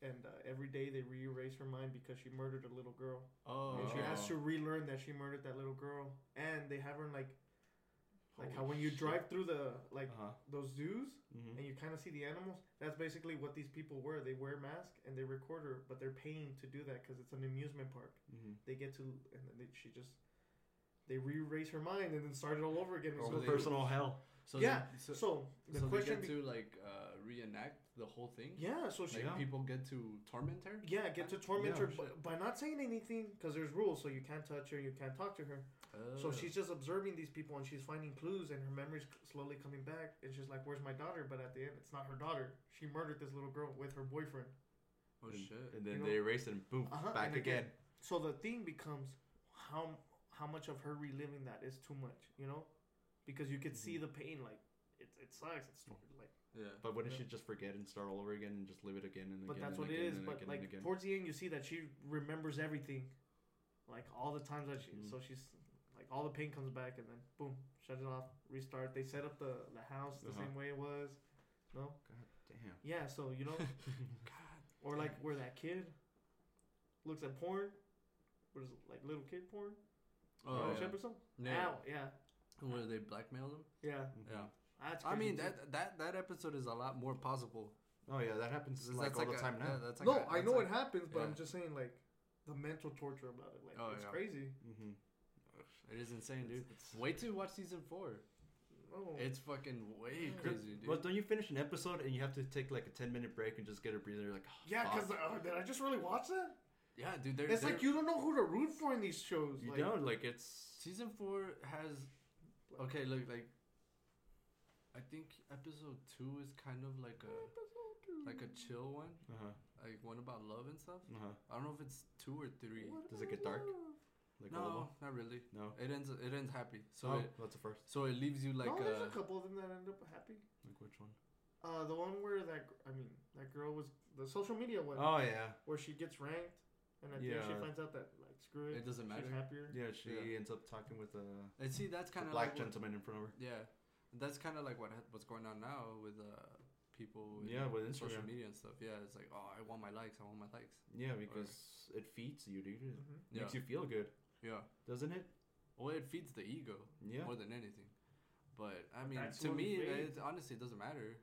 Speaker 2: and uh, every day they re-erase her mind because she murdered a little girl,
Speaker 1: Oh,
Speaker 2: and she has
Speaker 3: Oh.
Speaker 2: to relearn that she murdered that little girl. And they have her in like like how
Speaker 3: Holy
Speaker 2: when you
Speaker 3: Oh, shit.
Speaker 2: drive through the like
Speaker 3: Uh-huh.
Speaker 2: those zoos
Speaker 3: Mhm.
Speaker 2: and you kind of see the animals. That's basically what these people were. They wear masks and they record her, but they're paying to do that because it's an amusement park.
Speaker 3: Mhm.
Speaker 2: They get to and then they, she just they re-erase her mind and then start it all over again.
Speaker 1: Oh,
Speaker 3: Or
Speaker 1: so
Speaker 2: so,
Speaker 1: they-
Speaker 3: personal hell.
Speaker 1: so
Speaker 2: yeah,
Speaker 1: They, so, so,
Speaker 2: so the
Speaker 1: they
Speaker 2: question,
Speaker 1: get
Speaker 2: be-
Speaker 1: to, like, uh, reenact the whole thing?
Speaker 2: yeah, so she
Speaker 1: Like,
Speaker 3: Yeah.
Speaker 1: people get to torment her?
Speaker 2: Yeah, get to torment
Speaker 1: Yeah,
Speaker 2: her
Speaker 1: shit.
Speaker 2: b- by not saying anything because there's rules, so you can't touch her, you can't talk to her. So
Speaker 1: Uh,
Speaker 2: she's just observing these people and she's finding clues, and her memory's c- slowly coming back. And she's like, "Where's my daughter?" But at the end, it's not her daughter. She murdered this little girl with her boyfriend.
Speaker 1: Oh,
Speaker 3: and,
Speaker 1: shit.
Speaker 3: and then
Speaker 2: You know-
Speaker 3: they erase it and boom,
Speaker 2: Uh-huh,
Speaker 3: back
Speaker 2: and
Speaker 3: again.
Speaker 2: again. So the thing becomes how m- how much of her reliving that is too much, you know? Because you could see
Speaker 3: Mhm.
Speaker 2: the pain, like it it sucks. It's tor- like,
Speaker 1: Yeah.
Speaker 3: But wouldn't
Speaker 2: Yeah.
Speaker 3: she just forget and start all over again and just live it again and
Speaker 2: but
Speaker 3: again?
Speaker 2: that's
Speaker 3: and
Speaker 2: what it
Speaker 3: again
Speaker 2: is.
Speaker 3: and
Speaker 2: But
Speaker 3: again and
Speaker 2: like
Speaker 3: again?
Speaker 2: towards the end, you see that she remembers everything, like all the times that she.
Speaker 3: Mhm.
Speaker 2: So she's like all the pain comes back, and then boom, shut it off, restart. They set up the the house the
Speaker 3: Uh-huh.
Speaker 2: same way it was. No,
Speaker 3: Damn.
Speaker 2: yeah. So you know, or like where that kid looks at porn, what is it, like little kid porn,
Speaker 1: Oh,
Speaker 2: Fellowship
Speaker 1: yeah.
Speaker 2: or something.
Speaker 1: yeah.
Speaker 2: Ow, yeah,
Speaker 1: Where they blackmail them?
Speaker 2: yeah.
Speaker 3: Mhm.
Speaker 1: Yeah.
Speaker 2: That's
Speaker 1: I
Speaker 2: crazy
Speaker 1: mean,
Speaker 2: too.
Speaker 1: that, that that episode is a lot more possible.
Speaker 3: Oh yeah, that happens
Speaker 1: That's
Speaker 3: like all the
Speaker 1: a-
Speaker 3: time now.
Speaker 1: yeah, that's like
Speaker 2: no,
Speaker 1: a-
Speaker 2: I
Speaker 1: that's
Speaker 2: know
Speaker 1: like-
Speaker 2: it happens, but
Speaker 1: yeah.
Speaker 2: I'm just saying like the mental torture about it. Like
Speaker 1: Oh,
Speaker 2: it's
Speaker 1: yeah.
Speaker 2: crazy.
Speaker 3: Mm-hmm.
Speaker 1: It is insane, dude.
Speaker 3: It's-
Speaker 1: Wait till you watch season four.
Speaker 2: No.
Speaker 1: It's fucking way
Speaker 2: Yeah.
Speaker 1: crazy, dude.
Speaker 3: Well, don't you finish an episode and you have to take like a ten minute break and just get a breather? You're like, oh,
Speaker 2: yeah, because
Speaker 3: fuck.
Speaker 2: uh, did I just really watch that?
Speaker 1: Yeah, dude. They're,
Speaker 2: It's
Speaker 1: they're,
Speaker 2: like you don't know who to root for in these shows.
Speaker 3: you
Speaker 2: like,
Speaker 3: don't like it's.
Speaker 1: Season four has okay. Look, like I think episode two is kind of like a like a chill one,
Speaker 3: Uh huh.
Speaker 1: like one about love and stuff.
Speaker 3: Uh huh.
Speaker 1: I don't know if it's two or three.
Speaker 3: Does it get dark? Like all of
Speaker 1: No, not really.
Speaker 3: them? No.
Speaker 1: It ends. It ends happy. So
Speaker 3: oh,
Speaker 1: it,
Speaker 3: that's the first.
Speaker 1: so it leaves you like
Speaker 2: no, there's
Speaker 1: uh,
Speaker 2: a couple of them that end up happy.
Speaker 3: Like which one?
Speaker 2: Uh, the one where that gr- I mean that girl was the social media one
Speaker 3: Oh yeah,
Speaker 2: where she gets ranked, and at the end
Speaker 3: Yeah.
Speaker 2: she finds out that like screw it,
Speaker 1: It doesn't matter.
Speaker 2: She's happier.
Speaker 3: yeah. She
Speaker 1: Yeah.
Speaker 3: ends up talking with uh,
Speaker 1: and see that's
Speaker 3: the
Speaker 1: kind of
Speaker 3: black
Speaker 1: like, what-
Speaker 3: gentleman in front of her.
Speaker 1: Yeah, that's kind of like what ha- what's going on now with uh people. with-
Speaker 3: Yeah, with
Speaker 1: with social
Speaker 3: Instagram.
Speaker 1: media and stuff. Yeah, it's like oh, I want my likes. I want my likes.
Speaker 3: Yeah, because it feeds you, dude. It
Speaker 2: Mhm.
Speaker 1: Yeah,
Speaker 3: makes you feel good,
Speaker 1: yeah.
Speaker 3: doesn't it?
Speaker 1: Well, it feeds the ego
Speaker 3: Yeah.
Speaker 1: more than anything. But I mean,
Speaker 2: That's
Speaker 1: to
Speaker 2: what
Speaker 1: me,
Speaker 2: it
Speaker 1: it,
Speaker 2: feeds.
Speaker 1: honestly, it doesn't matter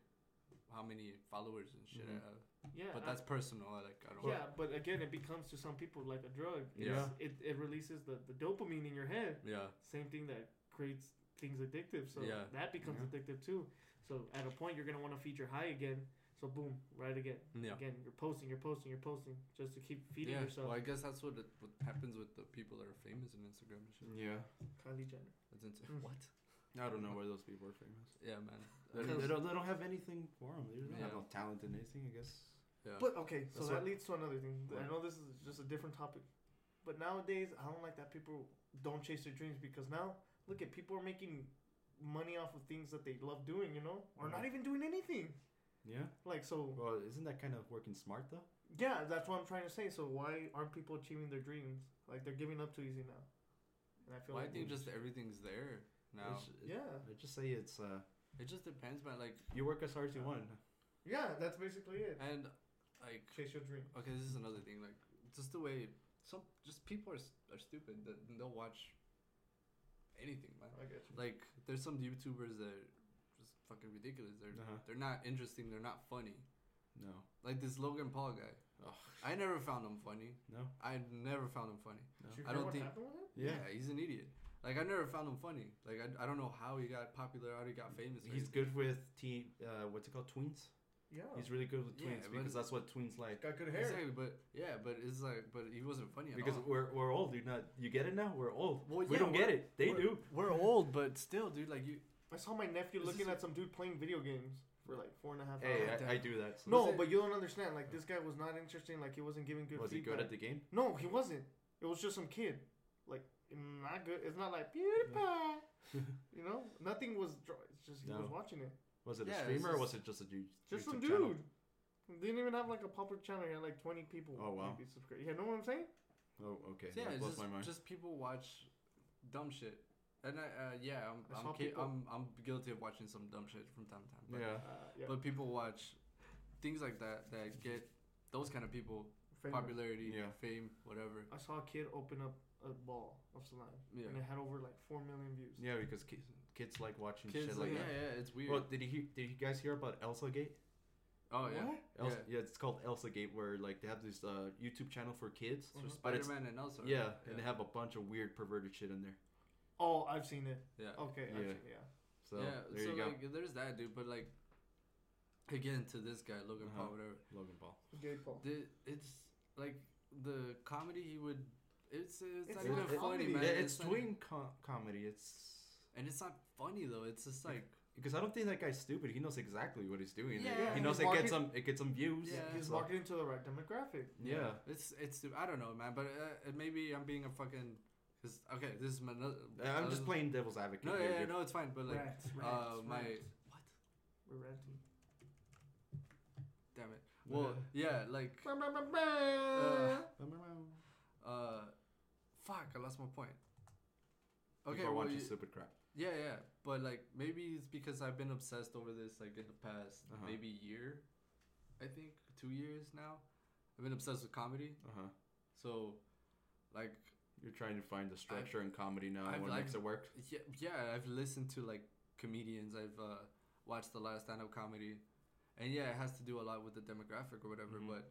Speaker 1: how many followers and shit
Speaker 3: Mhm.
Speaker 1: I have.
Speaker 2: Yeah,
Speaker 1: But
Speaker 2: I-
Speaker 1: that's personal. I, Like I don't.
Speaker 2: yeah, but again, it becomes to some people like a drug. It's- it it releases the the dopamine in your head.
Speaker 1: Yeah.
Speaker 2: Same thing that creates things addictive. So
Speaker 1: Yeah.
Speaker 2: that becomes
Speaker 3: Yeah.
Speaker 2: addictive too. So at a point, you're gonna want to feed your high again. So boom, right again.
Speaker 1: Yeah.
Speaker 2: Again, you're posting, you're posting, you're posting just to keep feeding
Speaker 1: yeah.
Speaker 2: yourself.
Speaker 1: Well, I guess that's what it, what happens with the people that are famous on Instagram and shit.
Speaker 3: Yeah.
Speaker 2: Kylie Jenner.
Speaker 1: That's insane.
Speaker 2: Mm.
Speaker 1: What?
Speaker 3: I don't know why those people are famous.
Speaker 1: Yeah, man.
Speaker 3: They
Speaker 1: That
Speaker 3: don't,
Speaker 1: is-
Speaker 3: they don't, they don't have anything for them. They don't have
Speaker 1: Yeah.
Speaker 3: no talent in anything, I guess.
Speaker 1: yeah.
Speaker 2: But okay, so
Speaker 3: That's
Speaker 2: that
Speaker 3: what-
Speaker 2: leads to another thing. I
Speaker 3: What?
Speaker 2: know this is just a different topic, but nowadays I don't like that people don't chase their dreams because now look at people are making money off of things that they love doing, you know, or not
Speaker 3: Mhm.
Speaker 2: even doing anything.
Speaker 3: Yeah.
Speaker 2: Like so,
Speaker 3: Well, isn't that kind of working smart though?
Speaker 2: yeah, that's what I'm trying to say. So why aren't people achieving their dreams? Like they're giving up too easy now, and I feel
Speaker 1: Well, I
Speaker 2: like
Speaker 1: think just everything's there now.
Speaker 3: It's- it-
Speaker 2: yeah,
Speaker 3: I just say it's uh,
Speaker 1: It just depends, man. Like
Speaker 3: you work as hard as you want.
Speaker 2: yeah, that's basically it.
Speaker 1: and like
Speaker 2: Chase your dream.
Speaker 1: okay, this is another thing. Like just the way some just people are s- are stupid that they'll watch anything, man.
Speaker 2: I get you.
Speaker 1: Like there's some YouTubers that are just fucking ridiculous. They're
Speaker 3: Uh-huh.
Speaker 1: they're not interesting. They're not funny.
Speaker 3: No.
Speaker 1: Like this Logan Paul guy.
Speaker 3: Ugh.
Speaker 1: I never found him funny.
Speaker 3: No.
Speaker 1: I never found him funny.
Speaker 2: Did you
Speaker 1: I
Speaker 2: hear
Speaker 1: don't
Speaker 2: what
Speaker 1: think-
Speaker 2: happened with him?
Speaker 1: Yeah. he's an idiot. Like I never found him funny. Like I, I don't know how he got popular, how he got famous. or
Speaker 3: He's
Speaker 1: anything.
Speaker 3: good with teen. Uh, what's it called? Tweens.
Speaker 2: Yeah.
Speaker 1: Oh.
Speaker 3: He's really good with
Speaker 1: Yeah,
Speaker 3: tweens
Speaker 1: but-
Speaker 3: because that's what tweens like.
Speaker 2: got good hair.
Speaker 1: Exactly, but yeah, but it's like, but he wasn't funny at
Speaker 3: Because
Speaker 1: all.
Speaker 3: we're, we're old, dude. Not you get it now. We're old.
Speaker 1: Well,
Speaker 3: we
Speaker 1: yeah,
Speaker 3: don't get
Speaker 1: we're-
Speaker 3: it. They
Speaker 1: we're-
Speaker 3: do.
Speaker 1: We're old, but still, dude. Like you,
Speaker 2: I saw my nephew
Speaker 1: This
Speaker 2: looking
Speaker 1: is-
Speaker 2: at some dude playing video games for like four and a half
Speaker 3: Hey,
Speaker 2: hours.
Speaker 1: that-
Speaker 3: I, I do that. so-
Speaker 1: was
Speaker 2: no,
Speaker 1: it-
Speaker 2: but you don't understand. Like this guy was not interesting. Like he wasn't giving good
Speaker 3: was he
Speaker 2: feedback.
Speaker 3: good at the game?
Speaker 2: No, he wasn't. It was just some kid. Like not good. It's not like PewDiePie. you know, nothing was. Dr- it's just he
Speaker 3: No.
Speaker 2: was watching it.
Speaker 3: Was it
Speaker 1: Yeah,
Speaker 3: a
Speaker 1: it's
Speaker 3: streamer or was
Speaker 1: just-
Speaker 3: it just a dude?
Speaker 2: Just some
Speaker 3: YouTube
Speaker 2: dude.
Speaker 3: channel?
Speaker 2: Didn't even have like a public channel. He had like twenty people.
Speaker 3: Oh, wow.
Speaker 2: Maybe subscribe. You know what I'm saying?
Speaker 3: Oh, okay.
Speaker 1: so yeah,
Speaker 3: that
Speaker 1: it's
Speaker 3: blows
Speaker 1: just,
Speaker 3: my mind.
Speaker 1: just people watch dumb shit, and I, uh, yeah, I'm,
Speaker 2: I
Speaker 1: I'm, ca-
Speaker 2: saw people-
Speaker 1: I'm, I'm guilty of watching some dumb shit from time to time. But,
Speaker 3: yeah.
Speaker 2: Uh, yeah.
Speaker 1: but people watch things like that that get those kind of people
Speaker 2: Famous.
Speaker 1: popularity,
Speaker 3: Yeah.
Speaker 1: fame, whatever.
Speaker 2: I saw a kid open up a ball of slime,
Speaker 1: Yeah,
Speaker 2: and it had over like four million views.
Speaker 3: Yeah, because kids, kids like watching
Speaker 1: kids,
Speaker 3: shit
Speaker 1: like,
Speaker 3: like
Speaker 1: yeah,
Speaker 3: that.
Speaker 1: yeah, it's weird.
Speaker 3: Well, did you hear, did you guys hear about Elsa Gate?
Speaker 1: oh yeah,
Speaker 2: What?
Speaker 3: Elsa, yeah. it's called Elsa Gate, where like they have this uh, YouTube channel for kids.
Speaker 1: So
Speaker 2: Mhm.
Speaker 3: Uh-huh. But it's-
Speaker 1: Spider-Man and Elsa.
Speaker 3: Yeah,
Speaker 1: right?
Speaker 3: and they have a bunch of weird perverted shit in there.
Speaker 2: Oh, I've seen it.
Speaker 1: yeah.
Speaker 2: Okay. I've
Speaker 3: Yeah.
Speaker 2: seen, yeah.
Speaker 3: So
Speaker 1: yeah,
Speaker 3: there
Speaker 1: so
Speaker 3: you go,
Speaker 1: like, there's that dude, but like, again, to this guy, Logan
Speaker 3: Uh-huh.
Speaker 1: Paul, whatever.
Speaker 3: Logan Paul.
Speaker 2: Gay Paul.
Speaker 1: The, it's like the comedy he would. It's it's,
Speaker 2: It's
Speaker 1: not
Speaker 2: not
Speaker 1: even funny,
Speaker 2: comedy.
Speaker 1: man.
Speaker 3: Yeah, it's
Speaker 1: not-
Speaker 3: twin co- comedy. It's
Speaker 1: and it's not funny though. It's just like
Speaker 3: because I don't think that guy's stupid. He knows exactly what he's doing.
Speaker 1: Yeah,
Speaker 3: he
Speaker 1: he's
Speaker 3: knows it
Speaker 2: walking-
Speaker 3: gets some it gets some views.
Speaker 1: Yeah.
Speaker 2: He's
Speaker 3: so-
Speaker 2: marketing to the right demographic.
Speaker 3: Yeah.
Speaker 1: it's it's. stu- I don't know, man. But uh, uh, maybe I'm being a fucking. 'cause- okay, this is my. No,
Speaker 3: uh, I'm just playing devil's advocate.
Speaker 1: Uh, No,
Speaker 3: here,
Speaker 1: yeah, yeah,
Speaker 3: dude.
Speaker 1: no, it's fine. But like,
Speaker 2: rats, rats,
Speaker 1: uh,
Speaker 2: rats.
Speaker 1: my what?
Speaker 2: We're ranting.
Speaker 1: Damn it. Well, yeah, like,
Speaker 2: Bah, bah, bah, bah.
Speaker 1: uh, fuck, I lost my point. Okay,
Speaker 3: People are
Speaker 1: well,
Speaker 3: watching
Speaker 1: you-
Speaker 3: stupid crap.
Speaker 1: Yeah, yeah, but like maybe it's because I've been obsessed over this like in the past
Speaker 3: Uh-huh.
Speaker 1: maybe year, I think two years now. I've been obsessed with comedy,
Speaker 3: Uh huh.
Speaker 1: so like
Speaker 3: You're trying to find the structure in comedy now
Speaker 1: I've-
Speaker 3: and what
Speaker 1: I've-
Speaker 3: makes it work.
Speaker 1: yeah, yeah. I've listened to like comedians. I've uh, watched a lot of stand-up comedy, and yeah, it has to do a lot with the demographic or whatever.
Speaker 3: Mhm.
Speaker 1: But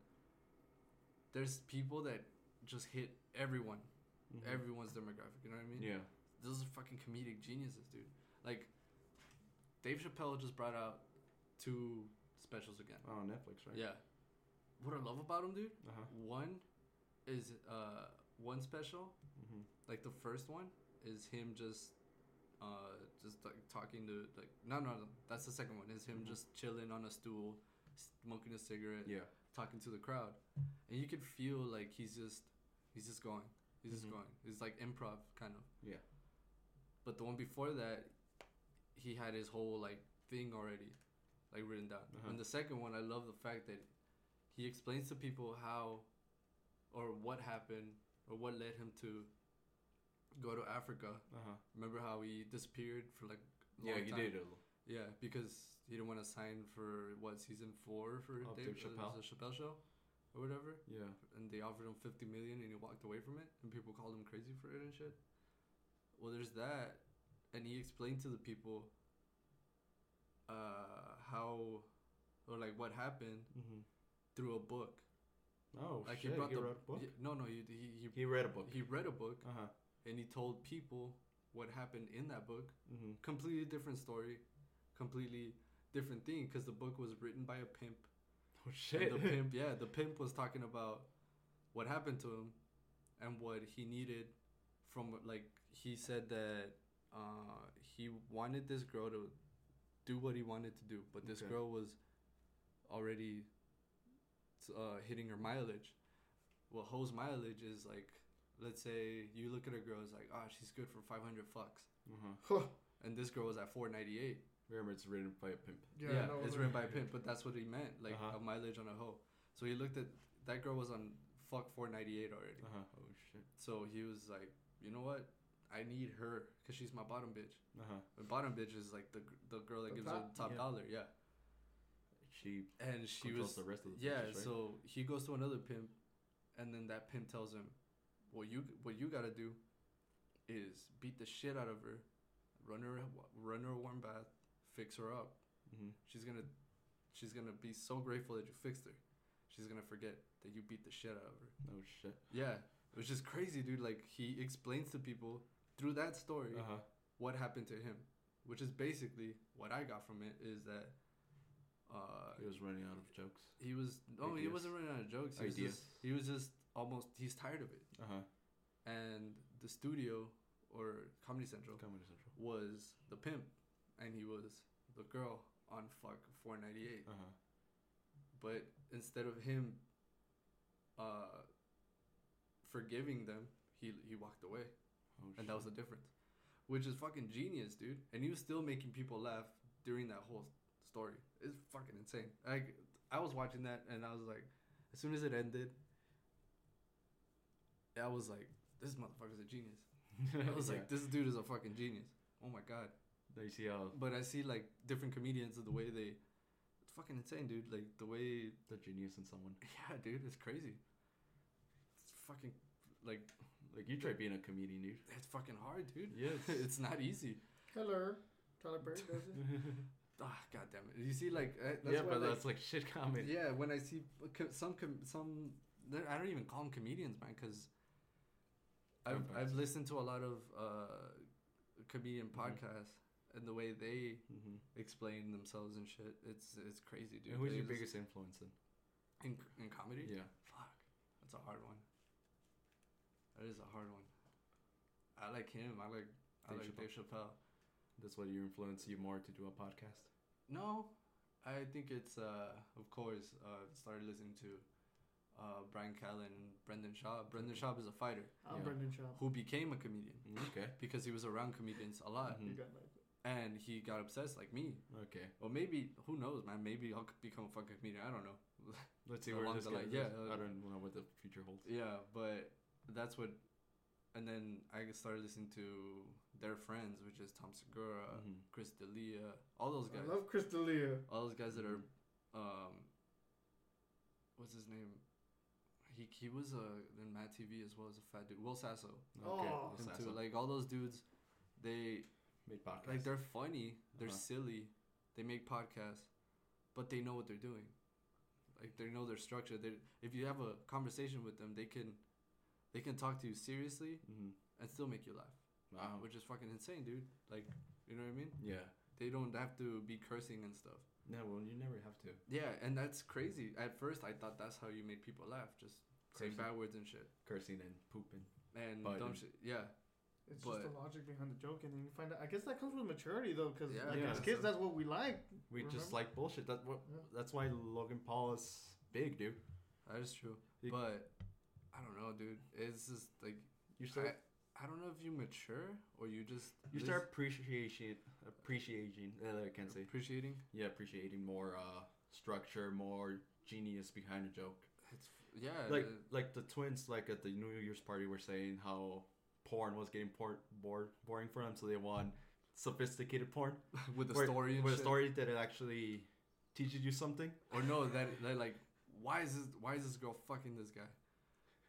Speaker 1: there's people that just hit everyone,
Speaker 3: Mm-hmm.
Speaker 1: everyone's demographic. You know what I mean?
Speaker 3: Yeah.
Speaker 1: those are fucking comedic geniuses, dude. Like, Dave Chappelle just brought out two specials again.
Speaker 3: Oh, Netflix, right?
Speaker 1: Yeah. What I love about him, dude,
Speaker 3: Uh huh.
Speaker 1: one is uh one special,
Speaker 3: hmm
Speaker 1: like the first one is him just uh just like talking to like no no no that's the second one is him
Speaker 3: Mhm.
Speaker 1: just chilling on a stool, smoking a cigarette,
Speaker 3: Yeah.
Speaker 1: talking to the crowd, and you could feel like he's just he's just going, he's
Speaker 3: Mhm.
Speaker 1: just going. It's like improv kind of.
Speaker 3: Yeah.
Speaker 1: But the one before that, he had his whole like thing already, like written down.
Speaker 3: Uh-huh.
Speaker 1: And the second one, I love the fact that he explains to people how, or what happened, or what led him to go to Africa.
Speaker 3: Uh huh.
Speaker 1: Remember how he disappeared for like. a
Speaker 3: Yeah,
Speaker 1: long
Speaker 3: he
Speaker 1: time?
Speaker 3: did. A,
Speaker 1: Yeah, because he didn't want to sign for what season four for
Speaker 3: Of
Speaker 1: Dave
Speaker 3: Dave Chappelle.
Speaker 1: Chappelle, the Chappelle show, or whatever.
Speaker 3: yeah.
Speaker 1: And they offered him fifty million, and he walked away from it, and people called him crazy for it and shit. Well, there's that, and he explained to the people. Uh, how, or like what happened
Speaker 3: Mm-hmm.
Speaker 1: through a book.
Speaker 3: Oh
Speaker 1: Like
Speaker 3: shit! He,
Speaker 1: the
Speaker 3: wrote a book.
Speaker 1: y- no, no, he he he,
Speaker 3: He read a book.
Speaker 1: he read a book,
Speaker 3: Uh huh.
Speaker 1: and he told people what happened in that book
Speaker 3: Mm-hmm.
Speaker 1: completely different story, completely different thing because the book was written by a pimp.
Speaker 3: Oh
Speaker 1: And
Speaker 3: shit!
Speaker 1: the pimp, yeah, the pimp was talking about what happened to him and what he needed from like he said that uh, he wanted this girl to do what he wanted to do, but this
Speaker 3: Okay.
Speaker 1: girl was already uh, hitting her mileage. Well, ho's mileage is like, let's say you look at a girl, it's like, ah, she's good for 500 fucks.
Speaker 3: uh-huh.
Speaker 1: And this girl was at 498.
Speaker 3: Remember, it's written by a pimp.
Speaker 1: Yeah,
Speaker 2: I know
Speaker 1: it's
Speaker 2: what-
Speaker 1: written by a pimp, but that's what he meant, like
Speaker 3: Uh-huh.
Speaker 1: a mileage on a hoe. So he looked at that girl was on fuck 498 already.
Speaker 3: Uh huh. Oh shit!
Speaker 1: So he was like, you know what? I need her because she's my bottom bitch.
Speaker 3: Uh huh.
Speaker 1: The bottom bitch is like the gr- the girl that
Speaker 2: The
Speaker 1: gives her
Speaker 2: top?
Speaker 1: the top
Speaker 3: Yeah.
Speaker 1: dollar, yeah.
Speaker 3: She
Speaker 1: And she
Speaker 3: controls
Speaker 1: was
Speaker 3: the rest of the
Speaker 1: yeah.
Speaker 3: bitches, right?
Speaker 1: So he goes to another pimp, and then that pimp tells him, "What you what you gotta do, is beat the shit out of her, run her run her a warm bath, fix her up.
Speaker 3: Mm-hmm.
Speaker 1: She's gonna she's gonna be so grateful that you fixed her. She's gonna forget that you beat the shit out of her.
Speaker 3: Oh shit.
Speaker 1: Yeah, which is crazy, dude. Like he explains to people through that story
Speaker 3: Uh huh.
Speaker 1: what happened to him, which is basically what I got from it is that uh,
Speaker 3: He was running out of jokes.
Speaker 1: he was no, he
Speaker 3: Ideas.
Speaker 1: wasn't running out of jokes. He was,
Speaker 3: Ideas.
Speaker 1: just, he was just almost he's tired of it,
Speaker 3: Uh huh.
Speaker 1: and the studio or Comedy Central
Speaker 3: Comedy Central.
Speaker 1: was the pimp, and he was the girl on fuck four ninety eight.
Speaker 3: Uh huh.
Speaker 1: But instead of him uh, forgiving them, he he walked away.
Speaker 3: Oh,
Speaker 1: and that was the difference, which is fucking genius, dude. And he was still making people laugh during that whole story. It's fucking insane. Like I was watching that, and I was like, as soon as it ended, I was like, this motherfucker's a genius.
Speaker 3: shit.
Speaker 1: I was
Speaker 3: Yeah.
Speaker 1: like, this dude is a fucking genius. Oh my god.
Speaker 3: Now you see how
Speaker 1: But I see like different comedians and the way they, it's fucking insane, dude. Like the way
Speaker 3: the genius in someone.
Speaker 1: yeah, dude, it's crazy. It's fucking like
Speaker 3: Like you try being a comedian, dude.
Speaker 1: it's fucking hard, dude.
Speaker 3: Yes.
Speaker 1: it's not easy.
Speaker 2: Hello. Tyler Perry does it.
Speaker 1: Ah, god damn it. You see, like uh, that's
Speaker 3: yeah,
Speaker 1: why,
Speaker 3: but
Speaker 1: like,
Speaker 3: that's like shit comedy.
Speaker 1: yeah. When I see uh, co- some com- some, they're- I don't even call them comedians, man, because I've
Speaker 3: Podcasts.
Speaker 1: I've listened to a lot of uh, comedian podcasts and the way they
Speaker 3: Mm-hmm.
Speaker 1: explain themselves and shit. It's it's crazy, dude.
Speaker 3: and who's your
Speaker 1: They just-
Speaker 3: biggest influence then?
Speaker 1: in in comedy?
Speaker 3: Yeah.
Speaker 1: Fuck, that's a hard one. That is a hard one. I like him. I like I
Speaker 3: Dave
Speaker 1: like Dave Chappelle.
Speaker 3: That's what you influence you more to do a podcast.
Speaker 1: No, I think it's uh of course uh started listening to uh Brian Callen and Brendan Schaub. Brendan Schaub is a fighter
Speaker 2: I'm
Speaker 3: Yeah.
Speaker 2: Brendan Schaub.
Speaker 1: who became a comedian
Speaker 3: Okay.
Speaker 1: because he was around comedians a lot
Speaker 2: You
Speaker 3: Mhm.
Speaker 2: got my-
Speaker 1: and he got obsessed like me.
Speaker 3: Okay.
Speaker 1: Or maybe who knows, man? Maybe I'll become a fucking comedian. I don't know.
Speaker 3: Let's see where
Speaker 1: Along
Speaker 3: this
Speaker 1: the
Speaker 3: goes.
Speaker 1: line, yeah, uh,
Speaker 3: I don't know what the future holds.
Speaker 1: Yeah, but that's what. And then I started listening to their friends, which is Tom Segura,
Speaker 3: Mhm.
Speaker 1: Chris D'Elia, all those guys,
Speaker 2: I love Chris D'Elia.
Speaker 1: all those guys that are, um, what's his name? He he was uh, in Mad TV as well as a fat dude, Will Sasso,
Speaker 3: Okay.
Speaker 2: Oh.
Speaker 3: that's
Speaker 1: him too.
Speaker 3: awesome.
Speaker 1: Like all those dudes, they
Speaker 3: Made podcast.
Speaker 1: like they're funny, they're
Speaker 3: Uh-huh.
Speaker 1: silly, they make podcasts, but they know what they're doing. Like they know their structure. They if you have a conversation with them, they can, they can talk to you seriously
Speaker 3: mm-hmm.
Speaker 1: and still make you laugh,
Speaker 3: Wow.
Speaker 1: which is fucking insane, dude. Like, you know what I mean?
Speaker 3: Yeah.
Speaker 1: They don't have to be cursing and stuff.
Speaker 3: No, well, you never have to.
Speaker 1: Yeah, and that's crazy. At first, I thought that's how you made people laugh, just
Speaker 3: Cursing.
Speaker 1: say bad words and shit
Speaker 3: Cursing and pooping.
Speaker 1: and
Speaker 3: But-
Speaker 1: dumb shit. Yeah,
Speaker 2: It's
Speaker 1: But-
Speaker 2: just the logic behind the joke, and then you find out. I guess that comes with maturity, though, because
Speaker 1: Yeah,
Speaker 2: like,
Speaker 3: yeah.
Speaker 2: as kids, that's what we like.
Speaker 3: We just
Speaker 2: Remember?
Speaker 3: like bullshit. That's what.
Speaker 2: Yeah.
Speaker 3: That's why Logan Paul is big, dude.
Speaker 1: that is true.
Speaker 3: You-
Speaker 1: But I don't know, dude. It's just like
Speaker 3: You start.
Speaker 1: I, I don't know if you mature or you just
Speaker 3: you
Speaker 1: lis-
Speaker 3: start appreciation. Appreciating. Uh, I can't say.
Speaker 1: appreciating.
Speaker 3: Yeah, appreciating more uh, structure, more genius behind a joke.
Speaker 1: It's yeah,
Speaker 2: Uh,
Speaker 3: like
Speaker 1: the-
Speaker 3: like the twins like at the New Year's party were saying how porn was getting por- bored boring for them, so they want sophisticated porn
Speaker 1: with the
Speaker 3: where-
Speaker 1: story and
Speaker 3: with
Speaker 1: shit.
Speaker 3: a story that it actually teaches you something.
Speaker 1: Or no, that they're like, why is this? Why is this girl fucking this guy?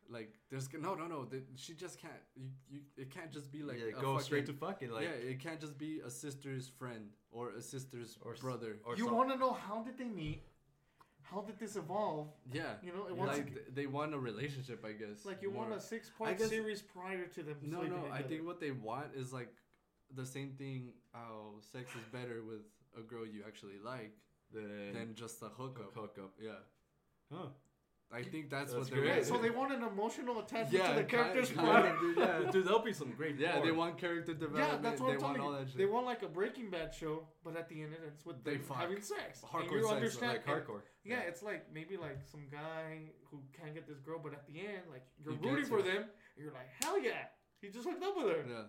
Speaker 1: Like, there's no, no, no. That she just can't. You, you, it can't just be like
Speaker 3: yeah,
Speaker 1: a
Speaker 3: go straight to
Speaker 1: fucking-
Speaker 3: fucking like
Speaker 1: yeah, it can't just be a sister's friend or a sister's
Speaker 3: Or s-
Speaker 1: brother.
Speaker 3: or
Speaker 2: you
Speaker 3: some-
Speaker 2: want to know how did they meet? How did this evolve?
Speaker 1: yeah,
Speaker 2: You know, it
Speaker 3: Yeah.
Speaker 2: wants
Speaker 1: like th- they want a relationship, I guess.
Speaker 2: like you
Speaker 1: more.
Speaker 2: want a six
Speaker 1: I
Speaker 2: part
Speaker 1: guess-
Speaker 2: series prior to them.
Speaker 1: No,
Speaker 2: sleeping
Speaker 1: no. I
Speaker 2: together.
Speaker 1: think what they want is like the same thing. How sex is better with a girl you actually like
Speaker 3: then,
Speaker 1: than just a hookup.
Speaker 3: hook up.
Speaker 1: Yeah,
Speaker 3: Huh.
Speaker 1: I think that's,
Speaker 3: That's
Speaker 1: what they're.
Speaker 3: great.
Speaker 2: Yeah, so they want an emotional attachment to the
Speaker 1: ki-
Speaker 2: characters
Speaker 1: kind
Speaker 2: prior.
Speaker 1: of, dude, yeah.
Speaker 3: Dude, that'll be some great.
Speaker 1: Yeah, they
Speaker 3: porn.
Speaker 1: want character
Speaker 2: Yeah,
Speaker 1: development.
Speaker 2: that's what
Speaker 1: they
Speaker 2: I'm
Speaker 1: want
Speaker 2: telling
Speaker 1: all
Speaker 2: you.
Speaker 1: that shit.
Speaker 2: They want like a Breaking Bad show, but at the end it ends with
Speaker 1: They
Speaker 2: them
Speaker 1: fuck.
Speaker 2: having sex. And
Speaker 1: Hardcore sex,
Speaker 3: like
Speaker 2: and-
Speaker 3: hardcore.
Speaker 2: Yeah, it's like maybe like some guy who can't get this girl, but at the end, like you're
Speaker 1: He
Speaker 2: rooting
Speaker 1: gets
Speaker 2: for
Speaker 1: her.
Speaker 2: them, and you're like, hell yeah, he just hooked up with her.
Speaker 1: yeah.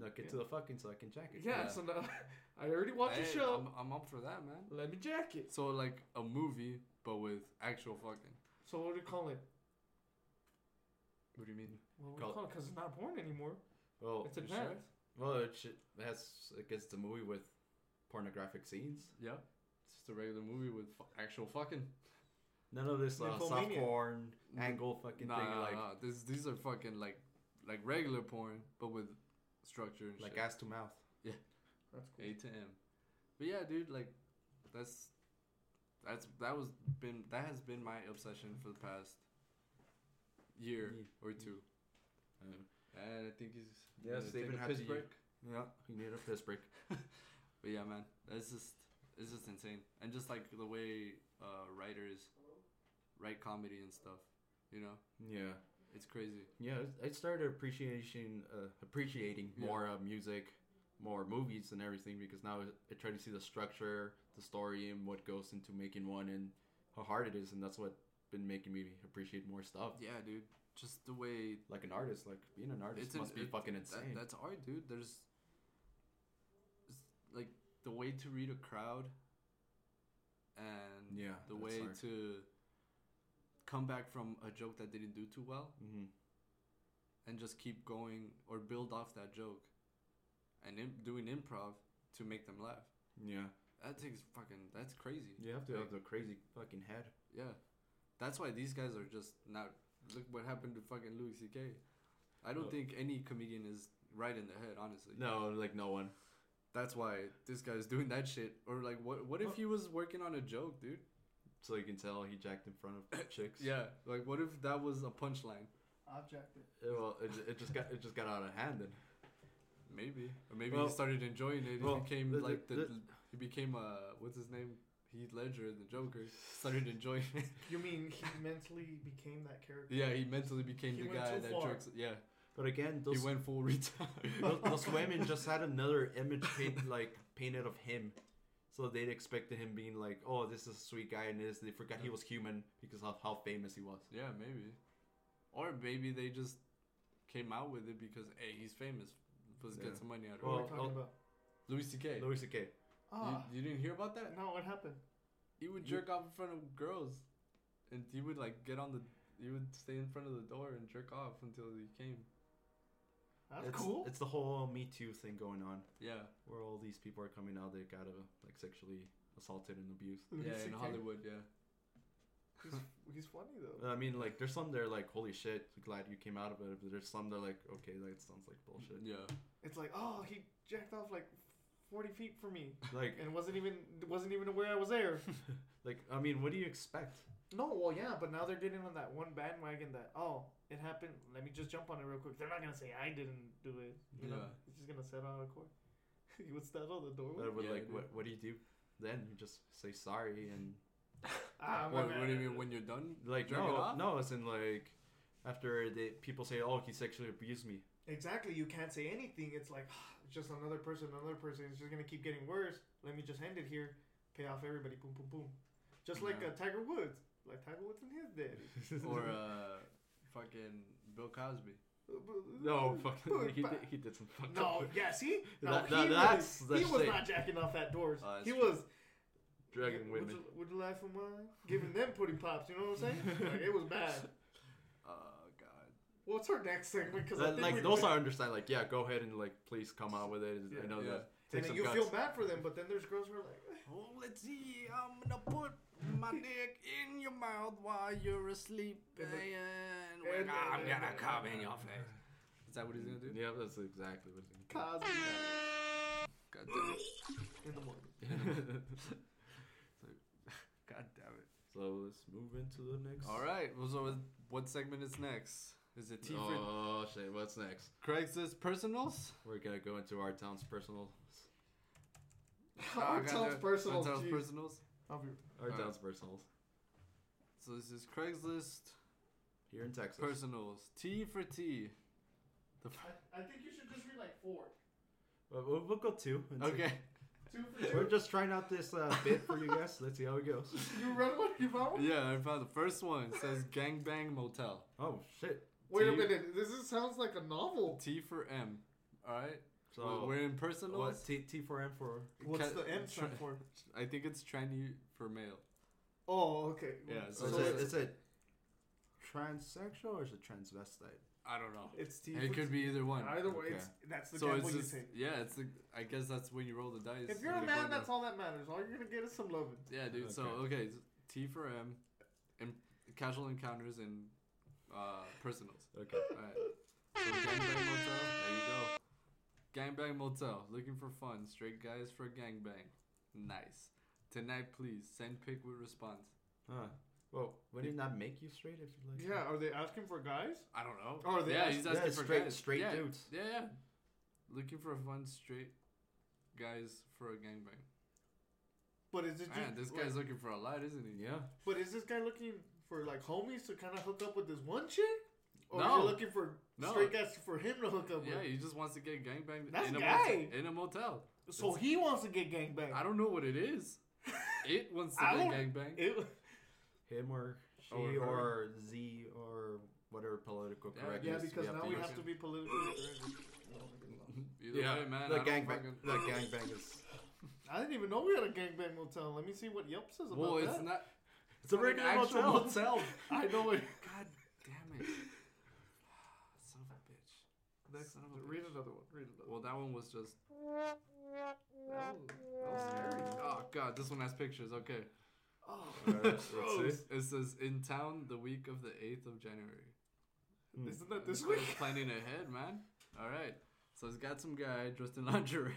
Speaker 3: No, get
Speaker 2: Yeah.
Speaker 3: to the fucking so I can jack it.
Speaker 2: Yeah,
Speaker 1: Yeah.
Speaker 2: so now I already watched the
Speaker 1: Hey,
Speaker 2: show.
Speaker 1: I'm, I'm up for that, man.
Speaker 2: Let me jack it.
Speaker 1: So like a movie, but with actual fucking.
Speaker 2: So what do you call it?
Speaker 1: What do you mean?
Speaker 2: What
Speaker 3: Call
Speaker 2: do you
Speaker 3: it-
Speaker 2: call it? Because it's not porn anymore.
Speaker 3: Well,
Speaker 2: It's a
Speaker 1: Oh, you sure?
Speaker 2: trend.
Speaker 3: well, it should, that's it gets the movie with pornographic scenes.
Speaker 1: Yeah. It's just a regular movie with fu- actual fucking.
Speaker 4: None of this uh,
Speaker 2: Nymphomania.
Speaker 4: softcore angle fucking
Speaker 1: Nah,
Speaker 4: thing
Speaker 1: nah, oh,
Speaker 4: like
Speaker 1: nah. This, these are fucking like like regular porn, but with structure and
Speaker 3: Like
Speaker 1: shit.
Speaker 3: ass to mouth.
Speaker 2: That's cool.
Speaker 1: A to M. But yeah, dude, like that's that's that was been that has been my obsession for the past year
Speaker 4: Ye-
Speaker 1: or two.
Speaker 3: Yeah.
Speaker 1: And I think he's
Speaker 3: Yeah,
Speaker 1: gonna
Speaker 3: Saban
Speaker 1: take a
Speaker 3: had
Speaker 1: piss
Speaker 3: to-
Speaker 1: break.
Speaker 3: Yeah, he needed a piss break.
Speaker 1: But yeah, man, that's just it's just insane, and just like the way uh, writers write comedy and stuff, you know,
Speaker 3: Yeah.
Speaker 1: it's crazy.
Speaker 3: Yeah, I started appreciation, uh, appreciating
Speaker 1: Yeah.
Speaker 3: more uh, music, more movies and everything because now I, I try to see the structure, the story, and what goes into making one and how hard it is, and that's what been making me appreciate more stuff.
Speaker 1: Yeah, dude, just the way
Speaker 3: Like an artist, like being an artist
Speaker 1: It's an-
Speaker 3: must be
Speaker 1: it-
Speaker 3: fucking
Speaker 1: that,
Speaker 3: insane.
Speaker 1: that's art, dude. There's it's like the way to read a crowd, and
Speaker 3: yeah,
Speaker 1: the way to come back from a joke that didn't do too well,
Speaker 3: hmm
Speaker 1: and just keep going or build off that joke, and Im- doing improv to make them laugh.
Speaker 3: Yeah,
Speaker 1: That takes fucking. That's crazy.
Speaker 3: you have to have the crazy fucking head.
Speaker 1: Yeah. That's why these guys are just not. Look what happened to fucking Louis C.K. I don't
Speaker 3: No.
Speaker 1: think any comedian is right in the head, honestly.
Speaker 3: No, like no one.
Speaker 1: That's why this guy's doing that shit. Or like, what? What if he was working on a joke, dude?
Speaker 3: So you can tell he jacked in front of chicks.
Speaker 1: Yeah. Like, what if that was a punchline?
Speaker 2: Object it.
Speaker 3: Yeah, well, it, ju- it just got it just got out of hand then.
Speaker 1: Maybe. Or maybe
Speaker 3: Well-
Speaker 1: he started enjoying it. He
Speaker 3: well,
Speaker 1: became
Speaker 3: the-
Speaker 1: like the.
Speaker 3: the-
Speaker 1: he became uh, what's his name? Heath Ledger in the Joker. Started enjoying it.
Speaker 2: You mean he mentally became that character?
Speaker 1: yeah, he mentally became
Speaker 2: He
Speaker 1: the
Speaker 2: went
Speaker 1: guy
Speaker 2: too
Speaker 1: that
Speaker 2: far.
Speaker 1: jokes. Yeah,
Speaker 3: But again, those
Speaker 1: he went full retard.
Speaker 3: Those- those women just had another image paint, like painted of him, so they'd expected him being like, "Oh, this is a sweet guy," and this. They forgot he was human because of how famous he was.
Speaker 1: Yeah, maybe. Or maybe they just came out with it because hey, he's famous. Let's
Speaker 3: Yeah.
Speaker 1: get some money out of
Speaker 2: What
Speaker 1: it.
Speaker 2: are we
Speaker 3: Well,
Speaker 2: talking
Speaker 3: I'll-
Speaker 2: about?
Speaker 1: Louis C.K.
Speaker 3: Louis C.K.
Speaker 2: Ah,
Speaker 1: you, you didn't hear about that?
Speaker 2: no, what happened?
Speaker 1: He would
Speaker 3: You-
Speaker 1: jerk off in front of girls, and he would like get on the. He would stay in front of the door and jerk off until he came.
Speaker 2: That's
Speaker 3: it's,
Speaker 2: cool.
Speaker 3: It's the whole Me Too thing going on,
Speaker 1: Yeah,
Speaker 3: where all these people are coming out. They got uh, like sexually assaulted and abused.
Speaker 2: Louis
Speaker 1: yeah, in
Speaker 2: CK.
Speaker 1: Hollywood. Yeah,
Speaker 2: He's, he's funny though.
Speaker 3: I mean, like, there's some that are like, "Holy shit, glad you came out of it," but there's some that are like, "Okay, that sounds like bullshit."
Speaker 1: yeah.
Speaker 2: It's like, oh, he jacked off like forty feet from me,
Speaker 3: Like,
Speaker 2: and wasn't even wasn't even aware I was there.
Speaker 3: like, I mean, what do you expect?
Speaker 2: No, well, yeah, but now they're getting on that one bandwagon that oh, it happened. Let me just jump on it real quick. They're not gonna say I didn't do it. You know,
Speaker 1: Yeah.
Speaker 2: it's just gonna set out of court. you would stand on the
Speaker 3: But
Speaker 2: door.
Speaker 3: but,
Speaker 1: Yeah,
Speaker 3: like,
Speaker 1: dude.
Speaker 3: Uh, what, what do you do? Then you just say sorry and
Speaker 2: Ah,
Speaker 1: what,
Speaker 2: man.
Speaker 1: what do you mean when you're done?
Speaker 3: Like
Speaker 1: Jerk it
Speaker 3: no,
Speaker 1: off?
Speaker 3: no, it's in like after they people say, "Oh, he sexually abused me."
Speaker 2: Exactly, you can't say anything. It's like it's just another person, another person. It's just gonna keep getting worse. Let me just hand it here, pay off everybody. Boom, boom, boom. Just like
Speaker 1: Yeah.
Speaker 2: uh, Tiger Woods, like Tiger Woods and his daddy.
Speaker 1: or uh, fucking Bill Cosby.
Speaker 3: No, fucking, he did, he did some fucked
Speaker 2: No,
Speaker 3: up
Speaker 2: yeah, see, no,
Speaker 3: That-
Speaker 2: he,
Speaker 3: that-
Speaker 2: really-
Speaker 3: that's-
Speaker 2: he
Speaker 3: that's
Speaker 2: was
Speaker 3: it.
Speaker 2: not jacking off at doors.
Speaker 1: Oh, that's
Speaker 2: he
Speaker 1: true.
Speaker 2: was
Speaker 3: dragon
Speaker 2: would
Speaker 3: women.
Speaker 2: you- Would you laugh at mine? Giving them putting pops. You know what I'm saying? like, it was bad.
Speaker 1: Oh God.
Speaker 2: What's our next segment? Because
Speaker 3: That- like those are understand. Like yeah, go ahead and like please come out with it.
Speaker 2: Yeah.
Speaker 3: I know
Speaker 1: Yeah.
Speaker 3: that takes
Speaker 2: And then
Speaker 3: some
Speaker 2: you
Speaker 3: guts.
Speaker 2: feel bad for them, but then there's girls who are like,
Speaker 1: Oh, let's see. I'm gonna put my dick in your mouth while you're asleep,
Speaker 2: And the-
Speaker 1: we're-
Speaker 2: and- and- and-
Speaker 1: face. Is that what he's gonna do?
Speaker 3: Yeah, that's exactly what. it's gonna
Speaker 2: Cosby
Speaker 1: God damn it!
Speaker 2: in the morning.
Speaker 3: do.
Speaker 1: God damn
Speaker 3: so let's move into the next.
Speaker 1: it! All right. Well, so what- what segment is next? Is it T for
Speaker 2: Uh,
Speaker 3: Oh shit! What's next?
Speaker 1: Craigslist personals?
Speaker 3: We're gonna go into our town's personal.
Speaker 2: Our
Speaker 1: God
Speaker 2: town's
Speaker 1: damn-
Speaker 2: personal,
Speaker 1: Our town's
Speaker 2: jeez.
Speaker 1: personals.
Speaker 2: I'll be
Speaker 3: Our
Speaker 1: All right.
Speaker 3: town's personals
Speaker 1: So this is Craigslist
Speaker 3: here in Texas.
Speaker 1: personals. T for T. The f-
Speaker 2: I, I think you should just read like four.
Speaker 3: Well, we'll, we'll go two. and see-
Speaker 1: okay.
Speaker 2: Two for
Speaker 3: We're
Speaker 2: two.
Speaker 3: just trying out this uh, bit for you guys. Let's see how it goes.
Speaker 2: you read one? You found one?
Speaker 1: Yeah, I found the first one. It says Gangbang Motel.
Speaker 3: Oh shit!
Speaker 2: Wait a
Speaker 1: T-
Speaker 2: minute. This is, sounds like a novel.
Speaker 1: T for M. All right.
Speaker 3: So
Speaker 1: We're- we're in personals.
Speaker 3: what T T for M for?
Speaker 2: What's
Speaker 1: Ca-
Speaker 2: the M sign
Speaker 1: tra-
Speaker 2: for?
Speaker 1: I think it's trendy for male.
Speaker 2: Oh, okay.
Speaker 1: Yeah,
Speaker 3: So
Speaker 1: so
Speaker 3: it's,
Speaker 2: it's,
Speaker 3: a, it's a transsexual or is it transvestite?
Speaker 1: I don't know.
Speaker 2: it's T.
Speaker 1: It
Speaker 2: for
Speaker 1: could
Speaker 2: two.
Speaker 1: be either one.
Speaker 2: Either way,
Speaker 3: Okay.
Speaker 2: it's, that's the
Speaker 1: so
Speaker 2: gamble
Speaker 1: it's
Speaker 2: you
Speaker 1: just
Speaker 2: take.
Speaker 1: yeah. It's the, I guess that's when you roll the dice.
Speaker 2: If you're a
Speaker 1: Like,
Speaker 2: man,
Speaker 1: one
Speaker 2: that's
Speaker 1: of-
Speaker 2: all that matters. All you're gonna get is some loving.
Speaker 1: yeah, dude. So
Speaker 3: Okay.
Speaker 1: okay, so T for M. in casual encounters and uh, personals.
Speaker 3: Okay.
Speaker 1: Alright. So gangbang motel. There you go. Gangbang motel. Looking for fun. Straight guys for a gangbang. Nice. Tonight, please send pic with response.
Speaker 3: Huh. Well, wouldn't that make you straight if you like?
Speaker 2: Yeah, are they asking for guys?
Speaker 1: I don't know.
Speaker 2: Oh, they
Speaker 1: yeah,
Speaker 2: ask-
Speaker 1: he's
Speaker 3: yeah,
Speaker 1: asking for
Speaker 3: straight-
Speaker 1: guys.
Speaker 3: straight
Speaker 1: yeah.
Speaker 3: dudes.
Speaker 1: Yeah, yeah. Looking for a fun straight guys for a gangbang.
Speaker 2: But is it just,
Speaker 1: Man, this guy's looking for a lot, isn't he?
Speaker 3: Yeah.
Speaker 2: But is this guy looking for like homies to kind of hook up with this one chick? Or
Speaker 1: No.
Speaker 2: is he looking for
Speaker 1: No.
Speaker 2: straight guys for him to hook up
Speaker 1: Yeah,
Speaker 2: with?
Speaker 1: he just wants to get gangbanged
Speaker 2: That's
Speaker 1: in a
Speaker 2: gay.
Speaker 1: motel. In a motel.
Speaker 2: So he wants to get gangbanged.
Speaker 1: I don't know what it is. It wants to
Speaker 2: I
Speaker 1: get
Speaker 2: don't-
Speaker 1: gangbanged.
Speaker 2: It,
Speaker 3: Him or she
Speaker 1: Or
Speaker 3: or,
Speaker 1: her.
Speaker 3: Z or whatever political
Speaker 1: Yeah,
Speaker 3: correctness.
Speaker 2: yeah, because now we
Speaker 1: to
Speaker 2: have
Speaker 1: use
Speaker 2: to
Speaker 1: it.
Speaker 2: be politically correct.
Speaker 1: Either
Speaker 3: yeah,
Speaker 1: way, man.
Speaker 3: the
Speaker 1: I don't
Speaker 3: gangbang.
Speaker 1: fucking...
Speaker 3: The gangbang is.
Speaker 2: I didn't even know we had a gangbang motel. Let me see what Yelp says about
Speaker 1: Well,
Speaker 2: that.
Speaker 1: it's not.
Speaker 3: It's a
Speaker 1: not an
Speaker 3: regular
Speaker 1: actual
Speaker 3: motel.
Speaker 1: motel.
Speaker 2: I know it.
Speaker 1: God damn it. Son of a bitch.
Speaker 2: Next,
Speaker 1: Son of a
Speaker 2: read
Speaker 1: bitch.
Speaker 2: another one. Oh. Read another
Speaker 1: Well, that one was just.
Speaker 2: one.
Speaker 1: That was scary. Oh, God. This one has pictures. Okay.
Speaker 2: Oh,
Speaker 3: Alright, let's see.
Speaker 2: gross.
Speaker 1: It says, in town the week of the 8th of January.
Speaker 3: Hmm.
Speaker 2: Isn't that this
Speaker 1: This guy's
Speaker 2: week?
Speaker 1: planning ahead, man. All right. So he's got some guy dressed in lingerie.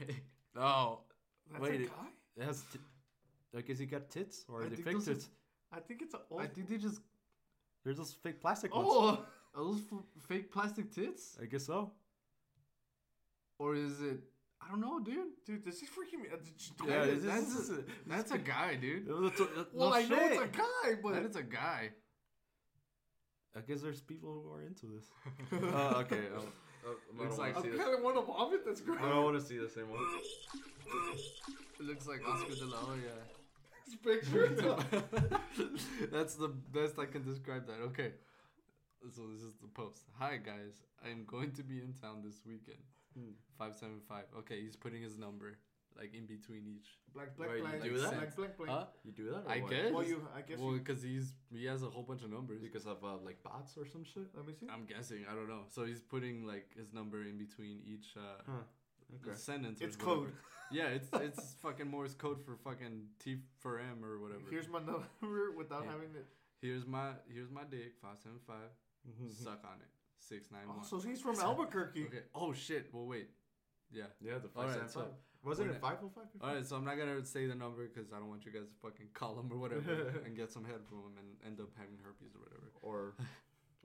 Speaker 1: Oh,
Speaker 2: That's
Speaker 3: Wait,
Speaker 2: a
Speaker 3: it-
Speaker 2: guy?
Speaker 3: It has. T- like, is he got tits or
Speaker 2: I
Speaker 3: are they
Speaker 2: think
Speaker 3: fake
Speaker 2: those are-
Speaker 3: tits?
Speaker 2: I think it's an old.
Speaker 1: I think they just
Speaker 3: There's those fake plastic ones.
Speaker 1: oh are those f- fake plastic tits,
Speaker 3: I guess so.
Speaker 1: or is it? I don't know, dude.
Speaker 2: Dude, this is freaking me. uh, did you-
Speaker 3: Yeah,
Speaker 1: That is-
Speaker 3: this
Speaker 1: that's
Speaker 3: is-
Speaker 1: a, that's a guy,
Speaker 3: It
Speaker 1: dude.
Speaker 3: was a t-
Speaker 2: Well,
Speaker 3: no
Speaker 2: I know it's a
Speaker 3: shit.
Speaker 2: guy,
Speaker 1: That
Speaker 2: but
Speaker 1: is a guy.
Speaker 3: I guess there's people who are into this.
Speaker 2: Oh,
Speaker 3: uh,
Speaker 1: Oh,
Speaker 3: okay. Um, uh,
Speaker 1: Looks like-
Speaker 2: I kind of want to vomit. That's gross.
Speaker 3: want to see the same one.
Speaker 1: It looks like Oscar De La Hoya.
Speaker 2: This picture.
Speaker 1: that's the best I can describe that. Okay. So this is the post. Hi guys, I'm going to be in town this weekend.
Speaker 3: Hmm.
Speaker 1: Five seven five. Okay, he's putting his number like in between each.
Speaker 2: black,
Speaker 3: Wait,
Speaker 2: black,
Speaker 3: you
Speaker 2: black.
Speaker 3: do that?
Speaker 2: Black, black, black.
Speaker 1: Huh?
Speaker 3: You do that? Or
Speaker 1: I
Speaker 3: what?
Speaker 1: guess.
Speaker 2: Well, you. I guess.
Speaker 1: Well,
Speaker 2: you,
Speaker 1: because he's he has a whole bunch of numbers.
Speaker 3: Because of uh, like bots or some shit.
Speaker 2: let me see.
Speaker 1: I'm guessing. I don't know. So he's putting like his number in between each uh,
Speaker 3: Huh. Okay.
Speaker 1: sentence. or
Speaker 2: It's
Speaker 1: whatever.
Speaker 2: code.
Speaker 1: Yeah, it's it's fucking Morse code for fucking T for M or whatever.
Speaker 2: Here's my number without
Speaker 1: Yeah.
Speaker 2: having it.
Speaker 1: Here's my here's my dick five seven five.
Speaker 3: Mhm.
Speaker 2: Mm-hmm.
Speaker 1: Suck on it six nine one.
Speaker 2: Oh, so he's from Albuquerque.
Speaker 1: Okay. Oh shit. Well, wait. Yeah.
Speaker 3: Yeah, the
Speaker 1: All
Speaker 3: five
Speaker 1: right,
Speaker 3: cent
Speaker 1: so-
Speaker 3: five. Wasn't
Speaker 1: when
Speaker 3: it
Speaker 1: I-
Speaker 3: five oh five?
Speaker 1: All right. So I'm not gonna say the number because I don't want you guys to fucking call him or whatever and get some head from him and end up having herpes or whatever.
Speaker 3: Or,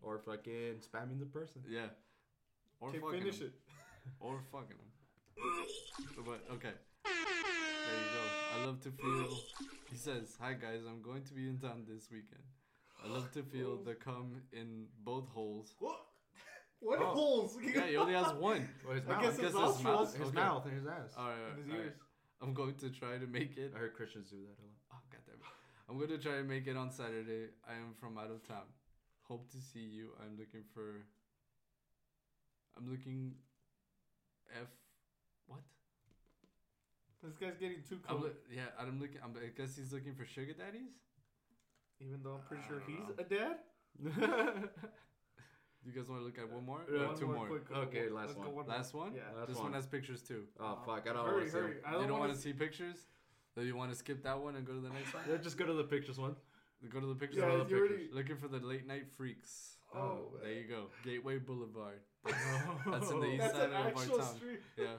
Speaker 3: or fucking spamming the person.
Speaker 1: Yeah. Or
Speaker 2: Okay,
Speaker 1: fucking
Speaker 2: finish
Speaker 1: him.
Speaker 2: it.
Speaker 1: Or fucking him. but okay. There you go. I love to feel. He says, "Hi guys, I'm going to be in town this weekend. I love to feel the cum in both holes."
Speaker 2: What? What
Speaker 3: Oh.
Speaker 2: holes?
Speaker 1: Yeah, he only has one.
Speaker 3: Well, his
Speaker 2: I
Speaker 3: mouth.
Speaker 2: guess
Speaker 3: his,
Speaker 2: his nostrils.
Speaker 3: mouth.
Speaker 1: Okay.
Speaker 3: and his ass.
Speaker 1: All right. all
Speaker 2: And his
Speaker 1: right, all right.
Speaker 2: ears.
Speaker 1: I'm going to try to make it.
Speaker 3: I heard Christians do that a lot.
Speaker 1: Oh god damn it. I'm gonna try to make it on Saturday. I am from out of town. Hope to see you. I'm looking for I'm looking F what?
Speaker 2: This guy's getting too
Speaker 1: I'm
Speaker 2: cold.
Speaker 1: loo- yeah, I'm looking I'm, I guess he's looking for sugar daddies.
Speaker 2: Even though I'm pretty
Speaker 1: I
Speaker 2: sure
Speaker 1: don't
Speaker 2: he's
Speaker 1: know.
Speaker 2: a dad.
Speaker 1: You guys wanna look at one more?
Speaker 3: Yeah.
Speaker 1: Or
Speaker 2: One
Speaker 1: two more.
Speaker 2: quick-
Speaker 3: Okay,
Speaker 2: one-
Speaker 3: last
Speaker 2: let's go
Speaker 3: one.
Speaker 2: one more.
Speaker 1: Last one?
Speaker 2: Yeah.
Speaker 3: Last
Speaker 1: this one.
Speaker 3: one.
Speaker 1: has pictures too.
Speaker 3: Oh fuck! I don't want
Speaker 2: Hurry,
Speaker 3: to see.
Speaker 2: hurry. I
Speaker 1: you don't
Speaker 2: wanna
Speaker 1: want to see pictures? Then you want to skip that one and go to the next one?
Speaker 3: Yeah, just go to the pictures one.
Speaker 1: Go to the pictures.
Speaker 2: Yeah,
Speaker 1: go to the
Speaker 2: you already-
Speaker 1: pictures. Looking for the late night freaks.
Speaker 2: Oh,
Speaker 1: there
Speaker 2: man.
Speaker 1: you go. Gateway Boulevard.
Speaker 3: That's
Speaker 1: in the east.
Speaker 2: That's
Speaker 1: side
Speaker 2: an
Speaker 1: of our
Speaker 2: actual
Speaker 1: town.
Speaker 2: street.
Speaker 1: Yeah.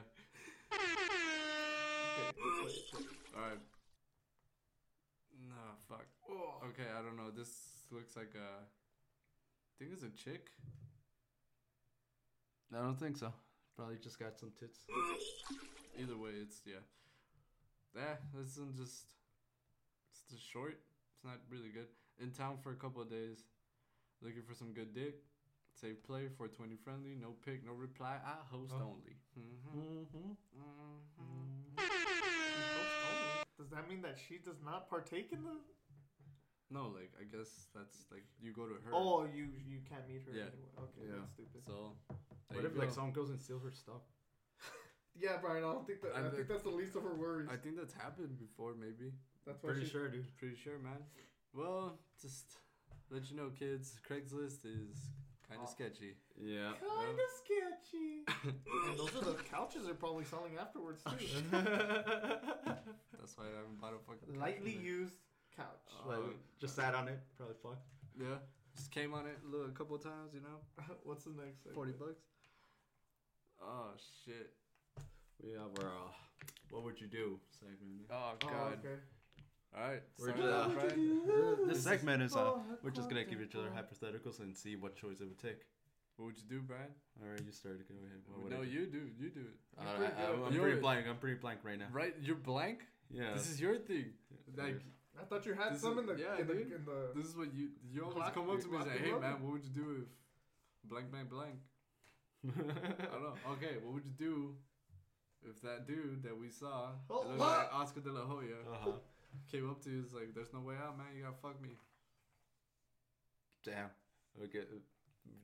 Speaker 2: Okay, wait, wait.
Speaker 1: All right. No fuck.
Speaker 2: Oh.
Speaker 1: Okay, I don't know. This looks like a. I think it's a chick. I don't think so.
Speaker 3: Probably just got some tits.
Speaker 1: Either way, it's yeah. Yeah, this one just. It's just short. It's not really good. In town for a couple of days, looking for some good dick. Save play for twenty friendly. No pick, no reply. I host
Speaker 3: Oh.
Speaker 1: only. hmm
Speaker 3: Mm-hmm.
Speaker 1: hmm
Speaker 2: Does that mean that she does not partake in the?
Speaker 1: No, like I guess that's like you go to her.
Speaker 2: Oh, you you can't meet her.
Speaker 1: Yeah.
Speaker 2: Anyway. Okay,
Speaker 3: Yeah.
Speaker 2: that's stupid.
Speaker 1: So. there
Speaker 3: What
Speaker 1: you
Speaker 3: if like
Speaker 1: go.
Speaker 3: someone goes and steals her stuff?
Speaker 2: Yeah, Brian. I don't think that.
Speaker 1: I
Speaker 2: I,
Speaker 1: bet-
Speaker 2: think that's the least of her worries.
Speaker 1: I think that's happened before, maybe.
Speaker 2: that's why
Speaker 3: Pretty
Speaker 2: she,
Speaker 3: sure, dude.
Speaker 1: Pretty sure, man. Well, just let you know, kids. Craigslist is kind
Speaker 2: Oh.
Speaker 1: of sketchy.
Speaker 3: Yeah.
Speaker 2: Kind of sketchy. and those are the couches they're probably selling afterwards too.
Speaker 1: That's why I haven't bought a fucking. couch
Speaker 2: Lightly
Speaker 1: in
Speaker 2: used couch.
Speaker 3: Like,
Speaker 1: Um,
Speaker 3: just sat on it, probably fucked.
Speaker 1: Yeah. Just came on it a, little, a couple of times, you know?
Speaker 2: What's the next?
Speaker 1: 40
Speaker 2: segment?
Speaker 1: bucks. Oh, shit.
Speaker 3: Yeah, we're uh, what would you do segment.
Speaker 1: Oh,
Speaker 2: Oh,
Speaker 1: God.
Speaker 2: okay.
Speaker 1: All right.
Speaker 3: We're
Speaker 1: sign off,
Speaker 3: just-
Speaker 1: right?
Speaker 3: This
Speaker 1: This
Speaker 3: segment is uh,
Speaker 2: Oh,
Speaker 3: we're just gonna give
Speaker 2: quantum
Speaker 3: each other
Speaker 2: pop.
Speaker 3: hypotheticals and see what choice it would take.
Speaker 1: What would you do, Brian?
Speaker 3: All right, you started. Go ahead. What would I
Speaker 1: no,
Speaker 3: do?
Speaker 1: you do. You do it.
Speaker 3: Uh,
Speaker 2: You're pretty
Speaker 3: I,
Speaker 2: good
Speaker 3: am
Speaker 2: at-
Speaker 1: you're-
Speaker 3: pretty blank. I'm pretty blank right now.
Speaker 1: Right? You're blank?
Speaker 3: Yeah.
Speaker 1: This is your thing.
Speaker 3: Yeah.
Speaker 1: Like,
Speaker 2: I thought you had
Speaker 1: This
Speaker 2: some
Speaker 1: is-
Speaker 2: in the
Speaker 1: yeah,
Speaker 2: in the,
Speaker 1: dude.
Speaker 2: in the
Speaker 1: This is what you you always
Speaker 2: Black-
Speaker 1: come up to me and
Speaker 2: black
Speaker 1: say, "Hey
Speaker 2: and
Speaker 1: man, what would you do if blank blank blank?" I don't know. Okay, what would you do if that dude that we saw, it
Speaker 2: Oh,
Speaker 1: looked
Speaker 2: what?
Speaker 1: like Oscar De La Hoya,
Speaker 3: uh-huh.
Speaker 1: came up to you and was like, "There's no way out, man. You gotta fuck me."
Speaker 3: Damn. Okay.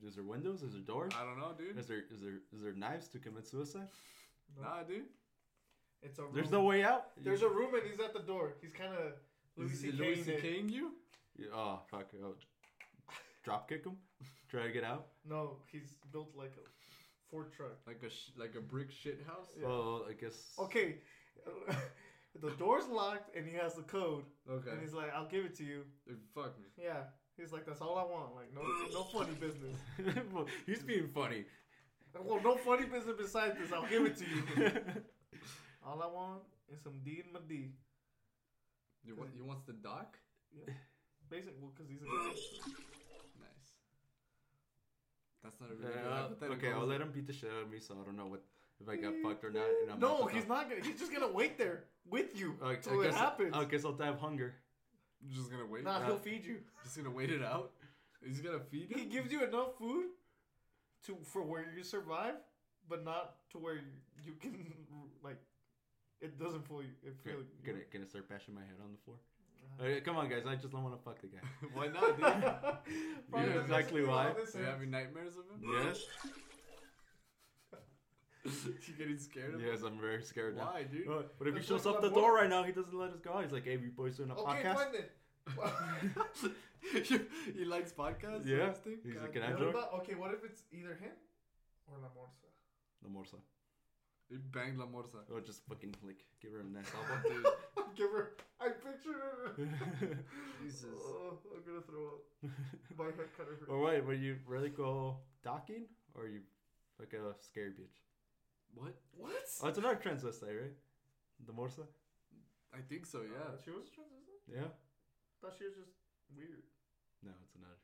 Speaker 3: Is there windows? Is there doors?
Speaker 1: I don't know, dude.
Speaker 3: Is there is there is there knives to commit suicide?
Speaker 2: no,
Speaker 1: Nah, dude.
Speaker 2: It's a room.
Speaker 3: There's no way out.
Speaker 2: There's a room and he's at the door. He's kind of
Speaker 1: Is
Speaker 2: Louis
Speaker 1: it
Speaker 2: Louis
Speaker 1: Louis
Speaker 2: C.K.
Speaker 1: C.K.ing you?
Speaker 3: You- oh fuck. Oh. Drop kick him. Try to get out.
Speaker 2: No, he's built like a Ford truck.
Speaker 1: Like a sh- like a brick shit house.
Speaker 2: Yeah.
Speaker 3: Well, I guess.
Speaker 2: Okay, the door's locked and he has the code and
Speaker 1: Okay.
Speaker 2: he's like, "I'll give it to you."
Speaker 1: Fuck me.
Speaker 2: Yeah, he's like, "That's all I want." Like, no, no funny business.
Speaker 3: Well, He's being funny.
Speaker 2: Well, no funny business besides this. I'll give it to you. All I want is some D and my D.
Speaker 1: You want you wants the doc?
Speaker 2: Basically, well, because he's a guy.
Speaker 1: Nice. That's not a really good
Speaker 3: Yeah,
Speaker 1: hypothetical.
Speaker 3: okay,
Speaker 1: is
Speaker 3: I'll
Speaker 1: it?
Speaker 3: let him beat the shit out of me, so I don't know what if I got fucked or not. And I'm
Speaker 2: Mm, no,
Speaker 3: about to
Speaker 2: he's
Speaker 3: die.
Speaker 2: not gonna. He's just gonna wait there with you
Speaker 3: I, I
Speaker 2: till it
Speaker 3: guess,
Speaker 2: happens.
Speaker 3: I guess "Oh, I'll die of hunger.
Speaker 1: You're just gonna wait.
Speaker 2: Nah, he'll
Speaker 3: Uh,
Speaker 2: feed you.
Speaker 1: Just gonna wait it out. He's gonna feed
Speaker 2: He
Speaker 1: him.
Speaker 2: gives you enough food to for where you survive, but not to where you, you can like. It doesn't fool you. It feel
Speaker 3: Gonna,
Speaker 2: you.
Speaker 3: gonna, gonna start bashing my head on the floor.
Speaker 2: Ah.
Speaker 3: Okay, come on, guys. I just don't want to fuck the guy.
Speaker 1: Why not, dude?
Speaker 2: Probably
Speaker 3: Yeah, exactly
Speaker 2: that's
Speaker 3: why.
Speaker 2: all this
Speaker 1: Are you
Speaker 2: is.
Speaker 1: having nightmares of him?
Speaker 3: yes,
Speaker 1: you getting scared of
Speaker 3: yes, I'm very scared
Speaker 1: him?
Speaker 3: now.
Speaker 1: Why, dude?
Speaker 3: Uh, But if he
Speaker 2: That's
Speaker 3: shows
Speaker 2: what
Speaker 3: up
Speaker 2: my
Speaker 3: the
Speaker 2: boy-
Speaker 3: door right now, he doesn't let us go. He's like, "Hey, we boys doing a
Speaker 2: Okay,
Speaker 3: podcast."
Speaker 2: fine then.
Speaker 1: You- he likes podcasts?
Speaker 3: Yeah.
Speaker 1: this thing?
Speaker 3: He's
Speaker 1: God
Speaker 3: like, "Can I
Speaker 1: damn.
Speaker 2: What
Speaker 3: join?"
Speaker 2: about, okay, what if it's either him or La Morsa?
Speaker 3: No more so.
Speaker 1: He banged La Morsa.
Speaker 3: Oh, just fucking like give her a nice
Speaker 1: Oh,
Speaker 3: elbow.
Speaker 1: dude.
Speaker 2: Give her. I pictured her.
Speaker 1: Jesus.
Speaker 2: Oh, I'm gonna throw up. My head kind of hurts.
Speaker 3: All right, would you really go docking, or you like a scary bitch?
Speaker 1: What?
Speaker 2: What?
Speaker 3: Oh, it's another transvestite, right? The Morsa.
Speaker 1: I think so, yeah.
Speaker 2: Uh, she was transvestite.
Speaker 3: Yeah.
Speaker 2: Thought she was just weird.
Speaker 3: No, it's another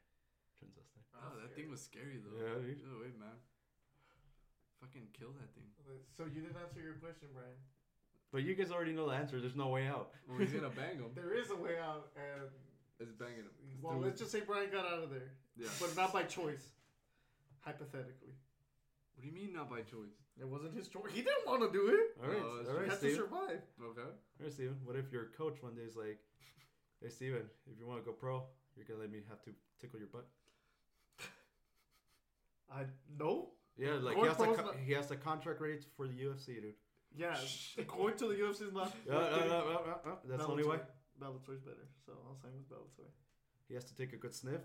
Speaker 3: transvestite.
Speaker 1: Oh, that thing was scary, though.
Speaker 3: Yeah, dude.
Speaker 1: Either way, man. Fucking kill that thing.
Speaker 2: So you didn't answer your question, Brian.
Speaker 3: But you guys already know the answer. There's no way out.
Speaker 1: Well, he's gonna bang him.
Speaker 2: There is a way out, and
Speaker 1: It's banging him. It's
Speaker 2: well,
Speaker 1: doing-
Speaker 2: let's just say Brian got out of there,
Speaker 1: Yeah.
Speaker 2: but not by choice. Hypothetically,
Speaker 1: What do you mean, not by choice?
Speaker 2: it wasn't his choice. He didn't want to do it.
Speaker 3: All right,
Speaker 1: No, it's
Speaker 3: all
Speaker 2: He
Speaker 3: right,
Speaker 2: had to
Speaker 3: Steven.
Speaker 2: survive.
Speaker 1: Okay.
Speaker 3: all right, Steven. What if your coach one day is like, "Hey, Steven, if you want to go pro, you're gonna let me have to tickle your butt."
Speaker 2: I no.
Speaker 3: Yeah, like he
Speaker 2: Going
Speaker 3: has, a
Speaker 2: pro's
Speaker 3: co-
Speaker 2: not-
Speaker 3: he has a contract rates for the UFC, dude.
Speaker 2: Yeah, going to the UFC is not.
Speaker 3: Yeah, uh, uh, uh, uh, uh, that's the only way.
Speaker 2: Bellator's better, so I'll sign with Bellator.
Speaker 3: He has to take a good sniff,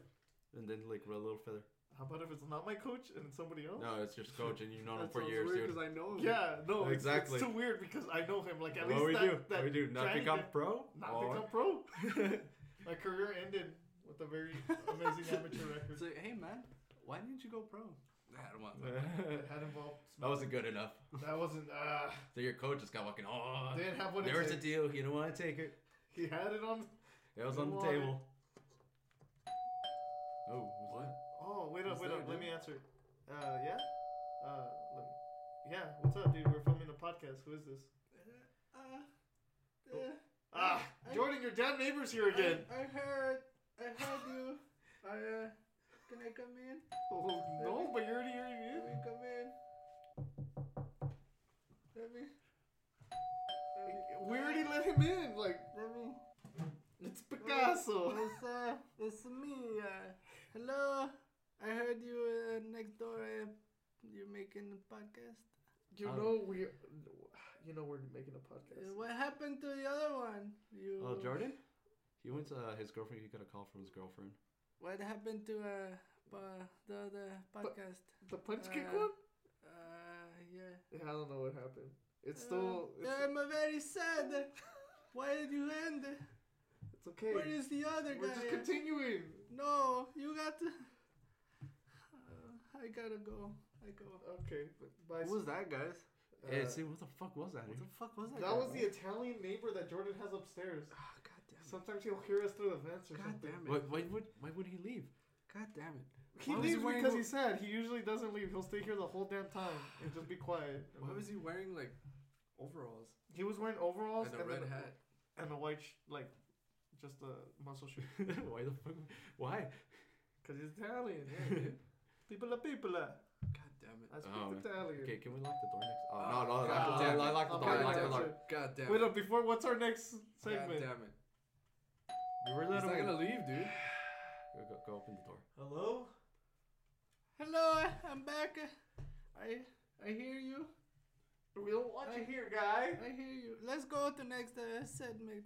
Speaker 3: and then like with a little feather.
Speaker 2: How about if it's not my coach and it's somebody else?
Speaker 3: No, it's just coach, and you've known him
Speaker 1: That
Speaker 3: for
Speaker 1: sounds
Speaker 3: years,
Speaker 1: weird
Speaker 3: dude.
Speaker 1: 'cause I know him.
Speaker 2: Yeah, no, it's-
Speaker 3: Exactly.
Speaker 2: It's, too weird because I know him. Like at
Speaker 3: What
Speaker 2: least
Speaker 3: we
Speaker 2: that,
Speaker 3: do?
Speaker 2: that
Speaker 3: What we do? Not
Speaker 2: Johnny
Speaker 3: become
Speaker 2: guy-
Speaker 3: pro?
Speaker 2: not
Speaker 3: Or-
Speaker 2: become pro. my career ended with a very amazing amateur record
Speaker 1: It's like, hey, man, why didn't you go pro? I don't want
Speaker 2: that had involved.
Speaker 3: that wasn't good enough.
Speaker 2: That wasn't. Uh,
Speaker 3: So your coach just got walking. Oh,
Speaker 2: they didn't have one.
Speaker 3: there was a deal. You don't want to take it.
Speaker 2: He had it on.
Speaker 3: It was
Speaker 2: You
Speaker 3: on the
Speaker 2: want it.
Speaker 3: table. Oh, what's
Speaker 1: What?
Speaker 2: Oh wait
Speaker 1: What's
Speaker 2: up, wait
Speaker 1: that,
Speaker 2: up. Let
Speaker 1: dude?
Speaker 2: me answer. Uh, yeah. Uh, let me. Yeah. What's up, dude? We're filming a podcast. Who is this?
Speaker 1: Uh,
Speaker 2: Ah,
Speaker 1: I-
Speaker 2: Jordan, your damn neighbor's here again.
Speaker 1: I heard, I heard you. I, uh, can I come in?
Speaker 2: Oh, no, but you're already here.
Speaker 1: Can
Speaker 2: you-
Speaker 1: we come in? Let me. Let me.
Speaker 2: We already let him in. Like
Speaker 1: Let me.
Speaker 2: it's Picasso.
Speaker 1: It's, uh, it's me. Uh, hello. I heard you uh, next door. Uh, you're making a podcast. Uh,
Speaker 2: You
Speaker 3: Um,
Speaker 2: know we. You know we're making a podcast.
Speaker 1: Uh, what happened to the other one? You.
Speaker 3: Oh, Jordan? He went to uh, his girlfriend. He got a call from his girlfriend.
Speaker 1: What happened to uh, pa- the other podcast?
Speaker 2: The punch kick
Speaker 1: Uh,
Speaker 2: one.
Speaker 1: Uh, yeah.
Speaker 2: Yeah, I don't know what happened. It's
Speaker 1: Uh,
Speaker 2: still. It's,
Speaker 1: I'm uh, very sad. Why did you end?
Speaker 2: it's It's okay.
Speaker 1: Where is the other
Speaker 2: We're
Speaker 1: guy?
Speaker 2: just
Speaker 1: at?
Speaker 2: continuing.
Speaker 1: no, you got to. Uh, I gotta go. I go.
Speaker 2: Okay, but bye.
Speaker 1: Who was that, guys?
Speaker 2: Uh,
Speaker 3: hey, see, what the fuck was that?
Speaker 1: What the
Speaker 3: dude?
Speaker 1: fuck was that?
Speaker 2: that
Speaker 1: guy?
Speaker 2: was the Italian neighbor that Jordan has upstairs.
Speaker 1: Ah, God damn it.
Speaker 2: Sometimes he'll hear us through the vents or
Speaker 1: God
Speaker 2: something.
Speaker 1: damn it.
Speaker 3: Why, why would why would he leave?
Speaker 1: God damn it.
Speaker 2: He
Speaker 1: Why was
Speaker 2: leaves
Speaker 1: he wearing
Speaker 2: because
Speaker 1: what-
Speaker 2: he's sad. He usually doesn't leave. He'll stay here the whole damn time and just be quiet.
Speaker 1: Why was he wearing like overalls
Speaker 2: He was wearing overalls
Speaker 1: and a red
Speaker 2: then
Speaker 1: hat?
Speaker 2: and a white sh- like just a muscle shirt.
Speaker 3: why the fuck? Why?
Speaker 2: Cause he's Italian.
Speaker 1: Yeah, dude.
Speaker 2: People are people. are.
Speaker 1: God damn it.
Speaker 2: I speak
Speaker 3: Oh,
Speaker 2: Italian.
Speaker 3: Okay, can we lock the door next? Oh,
Speaker 1: Oh,
Speaker 3: no, no, lock the
Speaker 1: God damn
Speaker 3: door.
Speaker 1: it.
Speaker 3: Lock the
Speaker 2: Oh,
Speaker 3: door.
Speaker 2: God
Speaker 3: Lock the
Speaker 2: damn
Speaker 3: door.
Speaker 2: it.
Speaker 1: God damn
Speaker 2: Wait
Speaker 1: it.
Speaker 2: up before. What's our next
Speaker 1: God
Speaker 2: segment?
Speaker 1: damn it.
Speaker 3: You were
Speaker 1: He's
Speaker 3: little.
Speaker 1: not
Speaker 3: Go,
Speaker 1: gonna leave, dude.
Speaker 3: go, go open the door.
Speaker 2: Hello.
Speaker 1: Hello, I'm back. I I hear you.
Speaker 2: We don't want you here, guy.
Speaker 1: I hear you. Let's go to next uh, segment.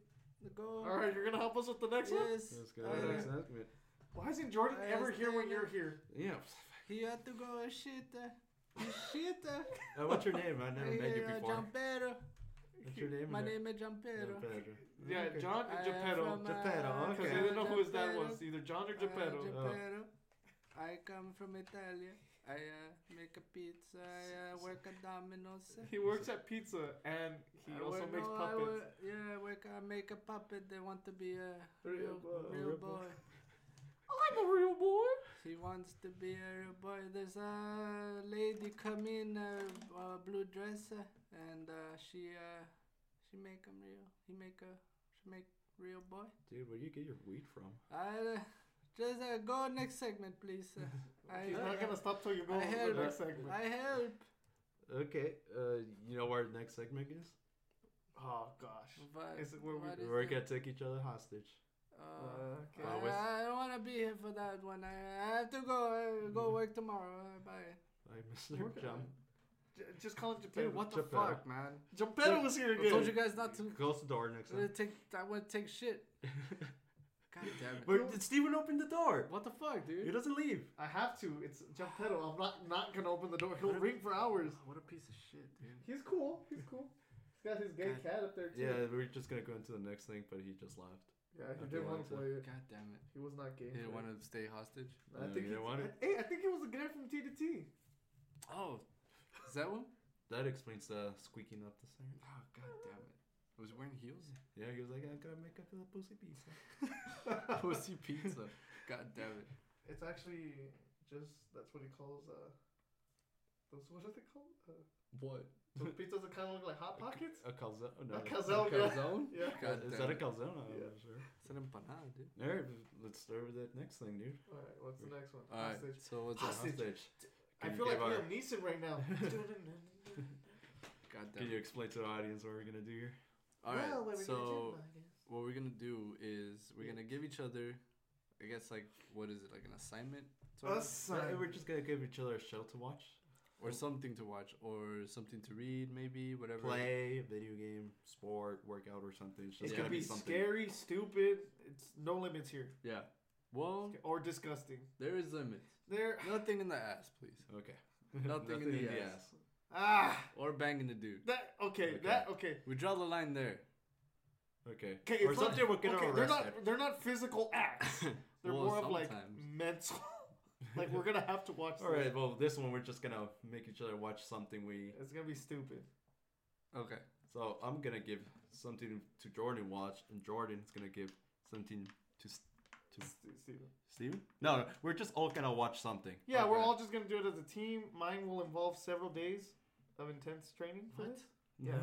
Speaker 1: Go.
Speaker 2: All right, you're gonna help us with the next one.
Speaker 1: Yes.
Speaker 3: Let's go
Speaker 1: I-
Speaker 3: to the
Speaker 2: Uh,
Speaker 3: next segment.
Speaker 2: Why isn't Jordan
Speaker 1: I
Speaker 2: ever here when
Speaker 1: understand
Speaker 2: you're
Speaker 1: now.
Speaker 2: here?
Speaker 3: Yeah.
Speaker 1: He had to go uh, shit. Uh, shit. Uh,
Speaker 3: Uh, what's your name? I never
Speaker 1: I
Speaker 3: met you
Speaker 1: hear, uh,
Speaker 3: before.
Speaker 1: Giampero.
Speaker 3: What's your name?
Speaker 1: My
Speaker 3: and-
Speaker 1: name is Giampero.
Speaker 3: Pedro.
Speaker 2: Yeah,
Speaker 3: Okay.
Speaker 2: John
Speaker 1: Mm, I am
Speaker 2: and Geppetto.
Speaker 1: from,
Speaker 3: Geppetto,
Speaker 1: uh,
Speaker 2: Because
Speaker 3: okay.
Speaker 2: they didn't know who his dad
Speaker 1: Geppetto.
Speaker 2: was. Either John or
Speaker 1: Uh,
Speaker 2: Oh, Geppetto.
Speaker 1: Geppetto. I come from Italia. I uh, make a pizza. I uh, work at Domino's.
Speaker 2: He works at pizza and he
Speaker 1: I
Speaker 2: also
Speaker 1: work-
Speaker 2: makes
Speaker 1: no, I
Speaker 2: puppets.
Speaker 1: work- yeah, I work. I make a puppet. They want to be a
Speaker 2: Real
Speaker 1: real,
Speaker 2: boy.
Speaker 1: real
Speaker 3: Real
Speaker 1: boy.
Speaker 3: boy.
Speaker 2: I'm a real boy.
Speaker 1: He wants to be a real boy. There's a lady come in a, uh blue dress, uh, and uh, she uh, she make him real. He make a she make real boy.
Speaker 3: Dude, where do you get your weed from?
Speaker 1: I uh, just uh, go next segment, please. Uh, I,
Speaker 2: He's not gonna stop till you go
Speaker 1: I
Speaker 2: to
Speaker 1: heard-
Speaker 2: the next segment.
Speaker 1: I help.
Speaker 3: Okay, uh, you know where the next segment is?
Speaker 2: Oh gosh.
Speaker 1: But
Speaker 2: Is it where we- Oh,
Speaker 1: what
Speaker 3: We
Speaker 1: is
Speaker 3: We're
Speaker 1: it?
Speaker 3: gonna take each other hostage.
Speaker 1: Uh,
Speaker 2: okay.
Speaker 3: Uh,
Speaker 1: I-
Speaker 3: with-
Speaker 1: I, don't want to be here for that one. I, I have to go. I
Speaker 2: Mm-hmm.
Speaker 1: go
Speaker 3: Mm.
Speaker 1: work tomorrow. Uh, bye.
Speaker 3: Like Mr. John.
Speaker 2: J- just call it
Speaker 1: Dude,
Speaker 2: Geppetto.
Speaker 1: what the
Speaker 3: Geppetto.
Speaker 1: fuck, man?
Speaker 2: Geppetto was here
Speaker 1: I told you
Speaker 2: again.
Speaker 1: guys not to.
Speaker 3: Close the door next
Speaker 1: uh,
Speaker 3: time.
Speaker 1: Take, I want to take shit. God damn it.
Speaker 3: Where did Steven open the door?
Speaker 1: What the fuck,
Speaker 3: He
Speaker 1: dude?
Speaker 3: doesn't leave.
Speaker 2: I have to. It's Geppetto. I'm not not gonna open the door. He'll ring for hours.
Speaker 1: What a piece of shit, dude.
Speaker 2: He's cool. He's cool. He's got his gay
Speaker 1: God.
Speaker 2: cat up there too.
Speaker 3: Yeah, we're just gonna go into the next thing, but he just left.
Speaker 2: Yeah, he
Speaker 3: Okay,
Speaker 2: didn't want
Speaker 3: that's
Speaker 2: to
Speaker 3: it.
Speaker 2: play it.
Speaker 1: God damn it.
Speaker 2: He was not gay.
Speaker 1: He didn't
Speaker 2: for
Speaker 1: want
Speaker 2: it.
Speaker 1: to stay hostage.
Speaker 2: I
Speaker 3: No,
Speaker 2: think
Speaker 3: he didn't
Speaker 2: it's-
Speaker 3: want it.
Speaker 2: I- Hey, I think it was the guy from T to T.
Speaker 1: Oh, is that one?
Speaker 3: That explains the squeaking up the siren.
Speaker 1: Oh, god damn it. Was he wearing heels?
Speaker 3: Yeah, he was like, I gotta make up for the pussy pizza.
Speaker 1: Pussy pizza. God damn it.
Speaker 2: It's actually just that's what he calls uh. Those what are they called? Uh,
Speaker 1: What?
Speaker 2: those pizzas that kind of look like hot pockets.
Speaker 3: A calzone? Oh, no.
Speaker 2: A
Speaker 3: no.
Speaker 2: calzone. yeah.
Speaker 1: Calzone?
Speaker 2: Yeah.
Speaker 1: God
Speaker 3: Is
Speaker 1: damn
Speaker 3: that a
Speaker 1: it.
Speaker 3: calzone? I'm
Speaker 2: Yeah.
Speaker 3: not sure.
Speaker 1: It's an empanada, dude.
Speaker 3: Alright, let's start with that next thing, dude.
Speaker 2: All right, what's the next one?
Speaker 1: Alright,
Speaker 2: Hostage.
Speaker 1: so what's that?
Speaker 2: Hostage.
Speaker 3: Can
Speaker 2: I
Speaker 3: you
Speaker 2: feel
Speaker 3: give
Speaker 2: like
Speaker 3: our-
Speaker 2: Liam Neeson right now.
Speaker 1: God damn
Speaker 3: Can
Speaker 1: it.
Speaker 3: you explain to the audience what we're gonna do here?
Speaker 1: All right.
Speaker 2: Well, what we're gonna do,
Speaker 1: so
Speaker 2: I guess.
Speaker 1: what we're gonna do is we're
Speaker 3: Yeah.
Speaker 1: gonna give each other, I guess, like what is it, like an assignment, sort of?
Speaker 2: Us, uh,
Speaker 3: We're just gonna give each other a show to watch,
Speaker 1: or something to watch, or something to read, maybe whatever.
Speaker 3: play, video game, sport, workout, or something. It's just
Speaker 2: It
Speaker 1: Yeah.
Speaker 3: gonna
Speaker 2: could be
Speaker 3: something.
Speaker 2: scary, stupid. It's no limits here,
Speaker 1: Yeah. Well,
Speaker 2: or disgusting.
Speaker 1: there is limits.
Speaker 2: There,
Speaker 1: Nothing in the ass, please,
Speaker 3: Okay.
Speaker 1: Nothing in the ass.
Speaker 2: ah,
Speaker 1: or banging the dude.
Speaker 2: that okay,
Speaker 3: Okay.
Speaker 2: that okay.
Speaker 1: We draw the line there.
Speaker 3: Okay.
Speaker 2: Okay,
Speaker 3: or
Speaker 2: it's not-
Speaker 3: something we'll get
Speaker 2: okay,
Speaker 3: arrested.
Speaker 2: they're not they're not physical acts. They're
Speaker 1: Well,
Speaker 2: more of like
Speaker 1: sometimes.
Speaker 2: mental. like we're gonna have to watch.
Speaker 3: All
Speaker 2: this.
Speaker 3: right. Well, this one we're just gonna make each other watch something we.
Speaker 2: it's gonna be stupid.
Speaker 1: Okay.
Speaker 3: So I'm gonna give something to Jordan watch, and Jordan's gonna give something to S-
Speaker 2: Stu- stupid.
Speaker 3: Steven? No, no, we're just all gonna watch something.
Speaker 2: Yeah, we're
Speaker 1: Okay.
Speaker 2: all just gonna do it as a team. Mine will involve several days of intense training for
Speaker 1: What?
Speaker 2: this. Yeah.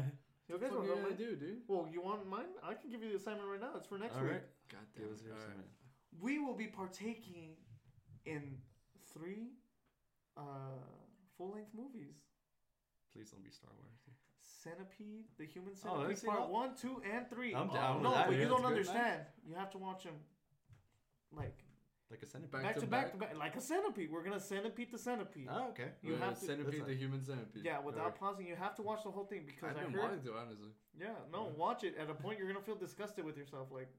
Speaker 2: You guys
Speaker 1: What
Speaker 2: want
Speaker 1: are you
Speaker 2: mine?
Speaker 1: gonna do, dude?
Speaker 2: Well, you want mine? I can give you the assignment right now. It's for next
Speaker 3: All
Speaker 2: week.
Speaker 3: right.
Speaker 1: God damn
Speaker 3: Give us
Speaker 1: it.
Speaker 3: your
Speaker 1: all right.
Speaker 3: assignment.
Speaker 2: We will be partaking in three uh, full-length movies:
Speaker 3: Please don't be Star Wars.
Speaker 2: Centipede, The Human
Speaker 3: Oh,
Speaker 2: Centipede,
Speaker 3: that's
Speaker 2: Part
Speaker 3: not-
Speaker 2: One, Two, and Three. Oh,
Speaker 3: I'm down with
Speaker 2: No,
Speaker 3: that,
Speaker 2: but
Speaker 3: yeah,
Speaker 2: you don't
Speaker 3: that's good.
Speaker 2: understand. You have to watch them like
Speaker 3: Like a centipede.
Speaker 1: Back
Speaker 2: back
Speaker 1: to
Speaker 2: to back to back, like a centipede. We're gonna centipede to centipede.
Speaker 3: Oh, okay.
Speaker 2: You
Speaker 1: We're
Speaker 2: have to-
Speaker 1: centipede,
Speaker 3: that's
Speaker 1: the human centipede.
Speaker 2: yeah, without
Speaker 3: alright.
Speaker 2: pausing, you have to watch the whole thing because
Speaker 1: I've
Speaker 2: I
Speaker 1: been
Speaker 2: heard.
Speaker 1: wanting to, honestly.
Speaker 2: Yeah, no, watch it. At a point, you're gonna feel disgusted with yourself. Like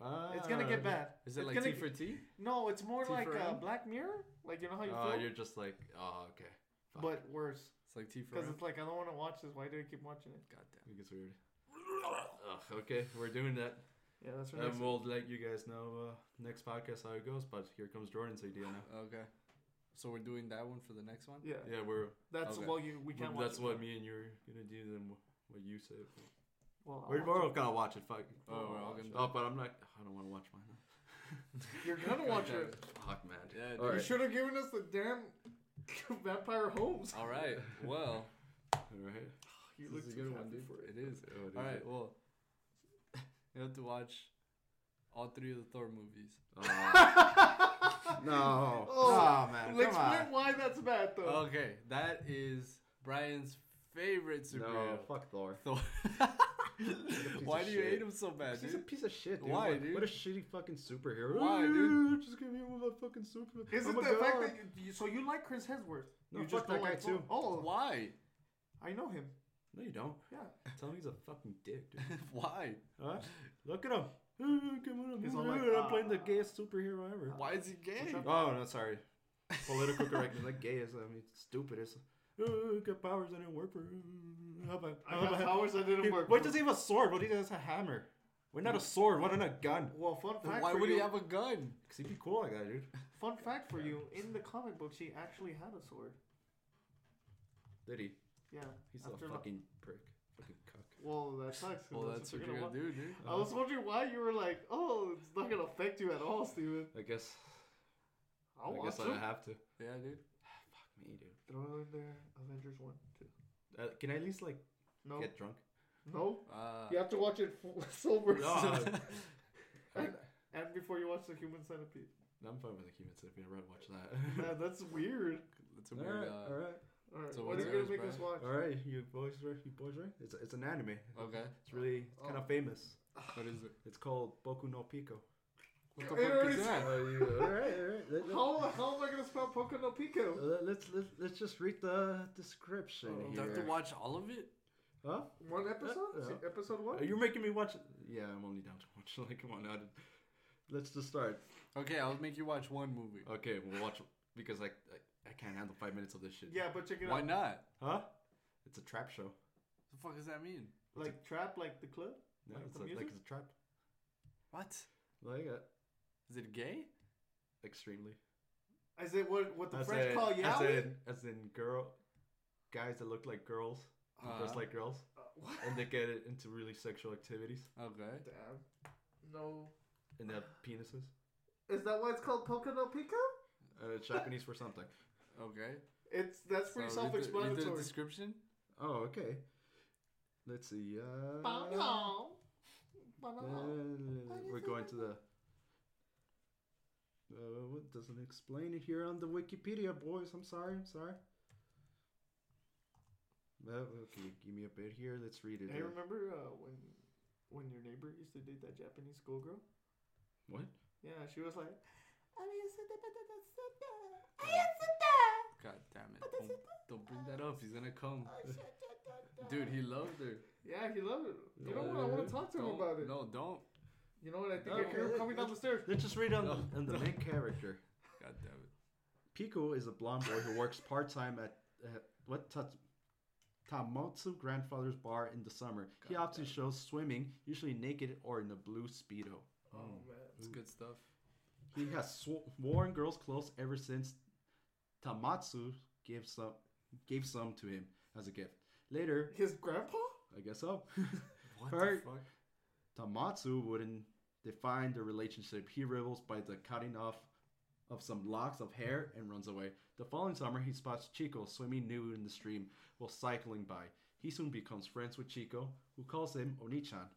Speaker 1: Oh.
Speaker 2: it's gonna get
Speaker 3: Ah.
Speaker 2: bad.
Speaker 1: Is it
Speaker 2: It's
Speaker 1: like
Speaker 2: gonna
Speaker 1: T
Speaker 2: get-
Speaker 1: for T?
Speaker 2: No, it's more
Speaker 1: T
Speaker 2: like
Speaker 1: for
Speaker 2: uh,
Speaker 1: M?
Speaker 2: Black Mirror. Like you know how you
Speaker 3: Oh,
Speaker 2: feel,
Speaker 3: you're just like, oh, okay. Fuck.
Speaker 2: but worse.
Speaker 1: It's like T for
Speaker 2: Because
Speaker 1: M.
Speaker 2: it's like I don't want to watch this. Why do I keep watching it?
Speaker 1: God damn.
Speaker 3: It gets weird. Ugh, okay, we're doing that.
Speaker 2: Yeah, that's right.
Speaker 3: And we'll let you guys know uh, next podcast how it goes. But here comes Jordan's idea now.
Speaker 1: Okay. So we're doing that one for the next one.
Speaker 2: Yeah,
Speaker 3: Yeah, we're
Speaker 2: that's
Speaker 1: Okay.
Speaker 2: well, you we can't. watch
Speaker 3: that's
Speaker 2: it.
Speaker 3: what me and you're gonna do. Then wh- what you say.
Speaker 2: Well, I'll
Speaker 3: We're,
Speaker 2: watch
Speaker 3: we're all
Speaker 2: it.
Speaker 3: gonna watch it. Fuck.
Speaker 1: Oh, we're all gonna.
Speaker 3: Oh, but I'm not. I don't want to watch mine. now.
Speaker 2: You're gonna watch it.
Speaker 3: Fuck, man.
Speaker 1: Yeah,
Speaker 3: All
Speaker 1: dude.
Speaker 2: You
Speaker 3: right.
Speaker 2: should have given us the damn Vampire Homes.
Speaker 1: All right. Well,
Speaker 3: All right.
Speaker 2: You
Speaker 1: this
Speaker 2: look
Speaker 1: is a
Speaker 2: so
Speaker 1: good one,
Speaker 2: happy
Speaker 1: dude.
Speaker 2: for it.
Speaker 1: It is.
Speaker 3: Oh, dude.
Speaker 1: All right. Well, you have to watch all three of the Thor movies.
Speaker 3: Oh. no.
Speaker 2: Oh,
Speaker 1: Ah,
Speaker 3: Oh, man.
Speaker 2: Let's
Speaker 3: Come on.
Speaker 2: explain why that's bad though.
Speaker 1: Okay, that is Brian's favorite
Speaker 3: No,
Speaker 1: superhero.
Speaker 3: fuck Thor.
Speaker 1: Thor.
Speaker 3: of
Speaker 1: Why do you
Speaker 3: shit.
Speaker 1: hate him so bad,
Speaker 3: He's a
Speaker 1: dude?
Speaker 3: piece of shit, dude.
Speaker 1: Why,
Speaker 3: what,
Speaker 1: dude?
Speaker 3: What a shitty fucking superhero.
Speaker 1: Why, dude?
Speaker 3: Just give me one of my fucking super.
Speaker 2: Is
Speaker 3: Oh
Speaker 2: it
Speaker 3: my
Speaker 2: the fact
Speaker 3: God.
Speaker 2: that you, you- so you like Chris Hemsworth?
Speaker 3: No,
Speaker 2: you
Speaker 3: fuck that
Speaker 2: don't
Speaker 3: guy
Speaker 2: like
Speaker 3: too.
Speaker 2: Thor. Oh,
Speaker 1: Why?
Speaker 2: I know him.
Speaker 3: No, you don't.
Speaker 2: Yeah,
Speaker 3: Tell him he's a fucking dick, dude.
Speaker 1: Why?
Speaker 3: Huh? Look at him. Come on,
Speaker 2: He's all
Speaker 3: dude,
Speaker 2: like,
Speaker 3: I'm playing the
Speaker 2: ah.
Speaker 3: gayest superhero ever.
Speaker 1: Why is he gay?
Speaker 2: What's
Speaker 3: Oh, no, sorry. Political correctness. Like gay is, I mean, stupid is. Uh, got powers I didn't work for. How about,
Speaker 2: I got powers that didn't work. Hmm.
Speaker 3: Why does he have a sword? What he has a hammer? Why not a sword? Why not a gun?
Speaker 2: Well, fun fact.
Speaker 1: Why
Speaker 2: for
Speaker 1: would
Speaker 2: you,
Speaker 1: he have a gun?
Speaker 3: Cause he'd be cool like that, dude.
Speaker 2: Fun fact for you: in the comic book, she actually had a sword.
Speaker 3: Did he?
Speaker 2: Yeah.
Speaker 3: He's
Speaker 2: after
Speaker 3: a
Speaker 2: the-
Speaker 3: fucking prick. Fucking cuck.
Speaker 2: Well, that sucks. 'cause
Speaker 1: Well, that's
Speaker 2: what
Speaker 1: what
Speaker 2: you're
Speaker 1: you're
Speaker 2: gonna
Speaker 1: gonna do, dude.
Speaker 2: wa- I was wondering why you were like, "Oh, it's not gonna affect you at all, Steven.
Speaker 3: I guess.
Speaker 2: I'll
Speaker 3: I
Speaker 2: watch
Speaker 3: guess
Speaker 2: it.
Speaker 3: I have to. Ah,
Speaker 1: Yeah, dude.
Speaker 3: Fuck me, dude.
Speaker 2: Throw it in there, Avengers one, two.
Speaker 3: Uh, can I at least like
Speaker 2: No,
Speaker 3: get drunk?
Speaker 2: no.
Speaker 1: Uh,
Speaker 2: You have to watch it full, sober.
Speaker 3: No.
Speaker 2: and, and before you watch the Human Centipede.
Speaker 3: I'm fine with the human centipede. I'd rather watch
Speaker 2: Man,
Speaker 3: that.
Speaker 2: that's weird.
Speaker 1: It's a weird. Uh,
Speaker 3: right,
Speaker 2: All right,
Speaker 1: So
Speaker 2: what are
Speaker 1: what's
Speaker 2: you gonna
Speaker 1: yours,
Speaker 2: make us watch?
Speaker 3: all right. You boys, right? You boys, right? It's it's an anime.
Speaker 1: Okay.
Speaker 3: It's really it's kind of famous.
Speaker 1: What is it?
Speaker 3: It's called Boku no Pico.
Speaker 1: What the
Speaker 2: It
Speaker 1: fuck
Speaker 2: already
Speaker 1: is that?
Speaker 3: all right, all right. Let,
Speaker 2: How, how am I gonna spell Poco no Pico?
Speaker 3: us let let's just read the description
Speaker 2: Oh,
Speaker 1: You have to watch all of it.
Speaker 3: Huh?
Speaker 2: One episode?
Speaker 3: Uh,
Speaker 2: See, Episode
Speaker 3: Are
Speaker 2: one?
Speaker 3: you making me watch? Yeah, I'm only down to watch. Like, come on, now. let's just start.
Speaker 1: Okay, I'll make you watch one movie.
Speaker 3: Okay, we'll watch because like I, I can't handle five minutes of this shit.
Speaker 2: Yeah, but check it
Speaker 1: Why
Speaker 2: out.
Speaker 1: not?
Speaker 3: Huh? It's a trap show.
Speaker 1: The fuck does that mean?
Speaker 2: Like trap, like the club?
Speaker 3: No,
Speaker 2: Like
Speaker 3: it's
Speaker 2: the
Speaker 3: a, like
Speaker 2: music?
Speaker 3: it's a trap.
Speaker 1: What?
Speaker 3: Like uh,
Speaker 1: Is it gay?
Speaker 3: extremely.
Speaker 2: Is it what what the
Speaker 3: As
Speaker 2: French
Speaker 3: in-
Speaker 2: call
Speaker 3: As
Speaker 2: yaoi?
Speaker 3: in, as in girl, guys that look like girls, who dress
Speaker 1: Uh-huh.
Speaker 3: like girls,
Speaker 2: Uh, what?
Speaker 3: and they get it into really sexual activities,
Speaker 1: Okay.
Speaker 2: Damn. No.
Speaker 3: and they have penises.
Speaker 2: Is that why it's called Poco no Pico?
Speaker 3: Uh, it's Japanese for something.
Speaker 1: Okay.
Speaker 2: It's that's pretty
Speaker 1: So read the- read the
Speaker 2: self-explanatory.
Speaker 1: description.
Speaker 3: Oh, okay. Let's see. Uh,
Speaker 2: Bow-wow.
Speaker 3: uh,
Speaker 2: Bow-wow.
Speaker 3: we're going to the. Uh, what doesn't explain it here on the Wikipedia, boys? I'm sorry. I'm sorry. Uh, okay, give me a bit here. Let's read it.
Speaker 2: Hey,
Speaker 3: uh,
Speaker 2: remember uh, when when your neighbor used to date that Japanese schoolgirl?
Speaker 3: What?
Speaker 2: Yeah, she was like,
Speaker 1: God damn it! Don't, don't bring that up. He's gonna come. Dude,
Speaker 4: Dude,
Speaker 1: he loved her.
Speaker 2: "Yeah, he loved it. You know what? I want to talk to him
Speaker 1: Don't-
Speaker 2: about it.
Speaker 1: No, don't.
Speaker 2: You know what? I think
Speaker 3: No,
Speaker 2: I hear him
Speaker 3: it-
Speaker 2: coming down the stairs.
Speaker 3: Let's just read on,
Speaker 1: No.
Speaker 3: on the main character.
Speaker 1: God damn it.
Speaker 3: Pico is a blonde boy who works part time at uh, what Ta- Tamotsu grandfather's bar in the summer. he
Speaker 1: God
Speaker 3: often shows swimming, usually naked or in a blue speedo.
Speaker 2: Oh man.
Speaker 1: It's good stuff.
Speaker 3: He has sw- worn girls' clothes ever since Tamatsu gave some gave some to him as a gift. Later,
Speaker 2: His grandpa?
Speaker 3: I guess so.
Speaker 1: What
Speaker 3: Her-
Speaker 1: the fuck?
Speaker 3: Tamatsu wouldn't define the relationship. He revels by the cutting off of some locks of hair and runs away. The following summer, he spots Chico swimming nude in the stream while cycling by. He soon becomes friends with Chico, who calls him Onichan,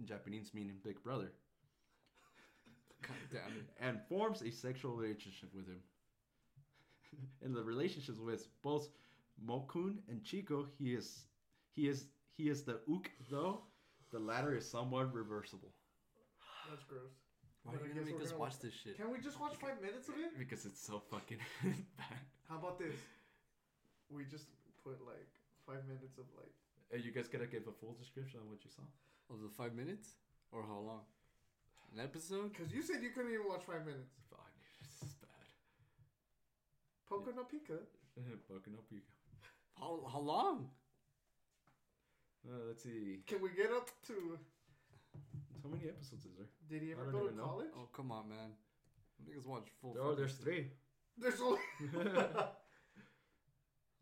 Speaker 3: in Japanese meaning big brother,
Speaker 1: God damn it.
Speaker 3: and forms a sexual relationship with him. in the relationships with both Mokun and Chico, he is he is he is the ook though. The latter is somewhat reversible.
Speaker 2: That's gross.
Speaker 1: Why
Speaker 2: But
Speaker 1: are
Speaker 2: I
Speaker 1: you gonna
Speaker 2: guess
Speaker 1: make
Speaker 2: we're
Speaker 1: us
Speaker 2: gonna
Speaker 1: watch
Speaker 2: watch
Speaker 1: this shit?
Speaker 2: Can we just watch five minutes of it?
Speaker 3: Because it's so fucking bad.
Speaker 2: How about this? We just put like five minutes of like.
Speaker 3: you guys gotta give a full description on what you saw.
Speaker 1: Of the five minutes? Or how long? An episode?
Speaker 2: Because you said you couldn't even watch five minutes.
Speaker 3: Fuck, this is bad.
Speaker 2: Poco no Pico.
Speaker 3: Fucking up you.
Speaker 1: How, how long?
Speaker 3: Uh, let's see.
Speaker 2: Can we get up to
Speaker 3: How many episodes is there?
Speaker 2: Did he
Speaker 3: I
Speaker 2: ever
Speaker 3: don't
Speaker 2: go to
Speaker 3: even know.
Speaker 2: college?
Speaker 1: Oh come on, man. Niggas watch full.
Speaker 3: Oh,
Speaker 1: fucking
Speaker 3: there's
Speaker 1: se-
Speaker 3: three.
Speaker 2: There's only.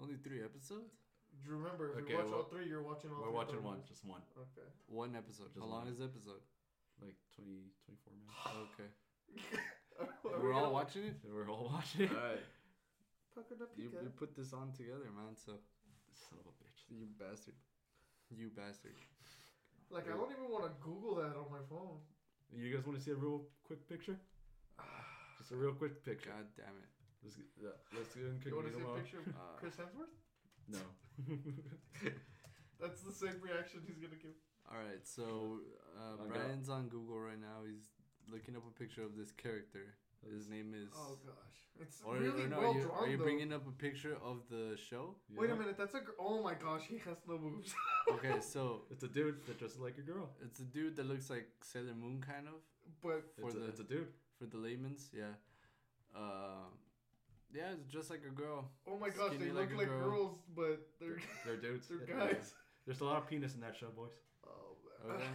Speaker 1: Only three episodes.
Speaker 2: Do you remember? If
Speaker 3: Okay,
Speaker 2: you watch all
Speaker 3: well-
Speaker 2: three, you're watching all
Speaker 3: We're
Speaker 2: three.
Speaker 3: watching
Speaker 2: at
Speaker 3: one,
Speaker 2: once.
Speaker 3: just one.
Speaker 2: Okay.
Speaker 1: One episode.
Speaker 3: Just
Speaker 1: How long
Speaker 3: one.
Speaker 1: is the episode?
Speaker 3: Like 20, 24 minutes.
Speaker 1: Okay.
Speaker 2: Are we
Speaker 1: We're all
Speaker 2: gonna-
Speaker 1: watching it.
Speaker 3: And we're all watching. it.
Speaker 1: Alright.
Speaker 2: Pucker the
Speaker 1: You,
Speaker 2: Pika.
Speaker 1: you put this on together, man. So
Speaker 3: Son of a bitch.
Speaker 1: you bastard. You bastard.
Speaker 2: Like I don't even want to Google that on my phone.
Speaker 3: You guys want to see a real quick picture? Just a real quick picture.
Speaker 1: God damn it.
Speaker 3: Let's get, yeah, let's get in
Speaker 2: You want to
Speaker 3: incognito
Speaker 2: see a
Speaker 3: mode.
Speaker 2: picture of
Speaker 1: Uh,
Speaker 2: Chris Hemsworth?
Speaker 3: No.
Speaker 2: That's the same reaction he's gonna give.
Speaker 1: All right, so uh,
Speaker 3: I got-
Speaker 1: Brian's on Google right now. He's looking up a picture of this character. His name is.
Speaker 2: Oh gosh, it's
Speaker 1: or- or
Speaker 2: really
Speaker 1: no,
Speaker 2: well
Speaker 1: you-
Speaker 2: drawn
Speaker 1: Are you
Speaker 2: though.
Speaker 1: bringing up a picture of the show?
Speaker 2: Wait
Speaker 3: Yeah.
Speaker 2: a minute, that's a. Gr- oh my gosh, he has no boobs.
Speaker 1: Okay, so
Speaker 3: It's a dude that dresses like a girl.
Speaker 1: it's a dude that looks like Sailor Moon, kind of
Speaker 2: but
Speaker 1: For
Speaker 3: It's, a,
Speaker 1: the-
Speaker 3: it's a dude.
Speaker 1: for the layman's. Yeah. Um. yeah, it's just like a girl.
Speaker 2: oh my gosh, they
Speaker 1: Skinny
Speaker 2: look
Speaker 1: like a
Speaker 2: like
Speaker 1: girl.
Speaker 2: girls, but they're
Speaker 3: They're dudes.
Speaker 2: they're
Speaker 3: Yeah.
Speaker 2: guys.
Speaker 3: There's a lot of penis in that show, boys.
Speaker 2: Oh man.
Speaker 1: Okay.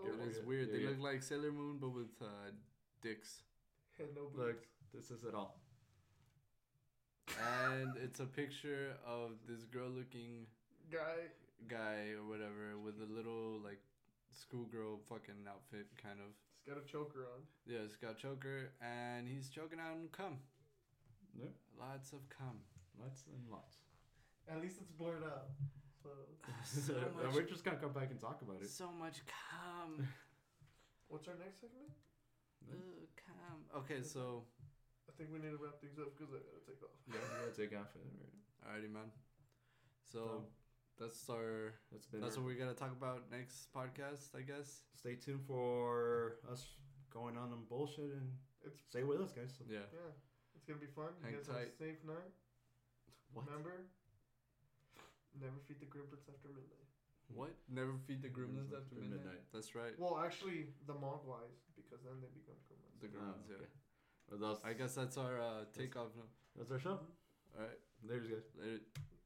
Speaker 2: Oh,
Speaker 3: Get
Speaker 1: it is
Speaker 3: yeah,
Speaker 1: weird.
Speaker 3: yeah,
Speaker 1: They
Speaker 3: yeah.
Speaker 1: look like Sailor Moon, but with uh, dicks.
Speaker 2: had no boobs.
Speaker 3: Look, this is it all.
Speaker 1: And it's a picture of this girl-looking
Speaker 2: Guy.
Speaker 1: guy or whatever with a little like schoolgirl fucking outfit, kind of.
Speaker 2: He's got a choker on.
Speaker 1: Yeah, it's got choker, and he's choking on cum.
Speaker 3: Yeah.
Speaker 1: Lots of cum.
Speaker 3: Lots and lots.
Speaker 2: At least it's blurred out. So
Speaker 1: So
Speaker 3: And we're
Speaker 1: much,
Speaker 3: just gonna come back and talk about it.
Speaker 1: so much cum.
Speaker 2: what's our next segment?
Speaker 1: Ugh, cum. Okay, so
Speaker 2: I think we need to wrap things up because I gotta take off.
Speaker 3: Yeah, we gotta take off.
Speaker 1: alrighty, man. So
Speaker 3: So
Speaker 1: that's our.
Speaker 3: that's been.
Speaker 1: That's
Speaker 3: our-
Speaker 1: what we're gonna talk about next podcast, I guess.
Speaker 3: Stay tuned for us going on and bullshit and
Speaker 2: It's
Speaker 3: stay with us, guys.
Speaker 1: Yeah.
Speaker 2: yeah, it's gonna be fun.
Speaker 1: Hang
Speaker 2: you guys have a
Speaker 1: tight.
Speaker 2: safe night.
Speaker 3: What?
Speaker 2: Remember, never feed the griblets after midnight.
Speaker 1: What? Never feed the
Speaker 3: Gremlins
Speaker 1: gremlins after
Speaker 3: after
Speaker 1: midnight.
Speaker 3: midnight.
Speaker 1: That's right.
Speaker 2: Well, actually, the mogwais because then they become gremlins.
Speaker 1: The
Speaker 3: Oh,
Speaker 1: gremlins.
Speaker 3: okay.
Speaker 1: Yeah.
Speaker 3: Well, that's,
Speaker 1: I guess that's our uh, takeoff. now.
Speaker 3: that's our show.
Speaker 1: All right.
Speaker 3: There's guys.
Speaker 1: Later.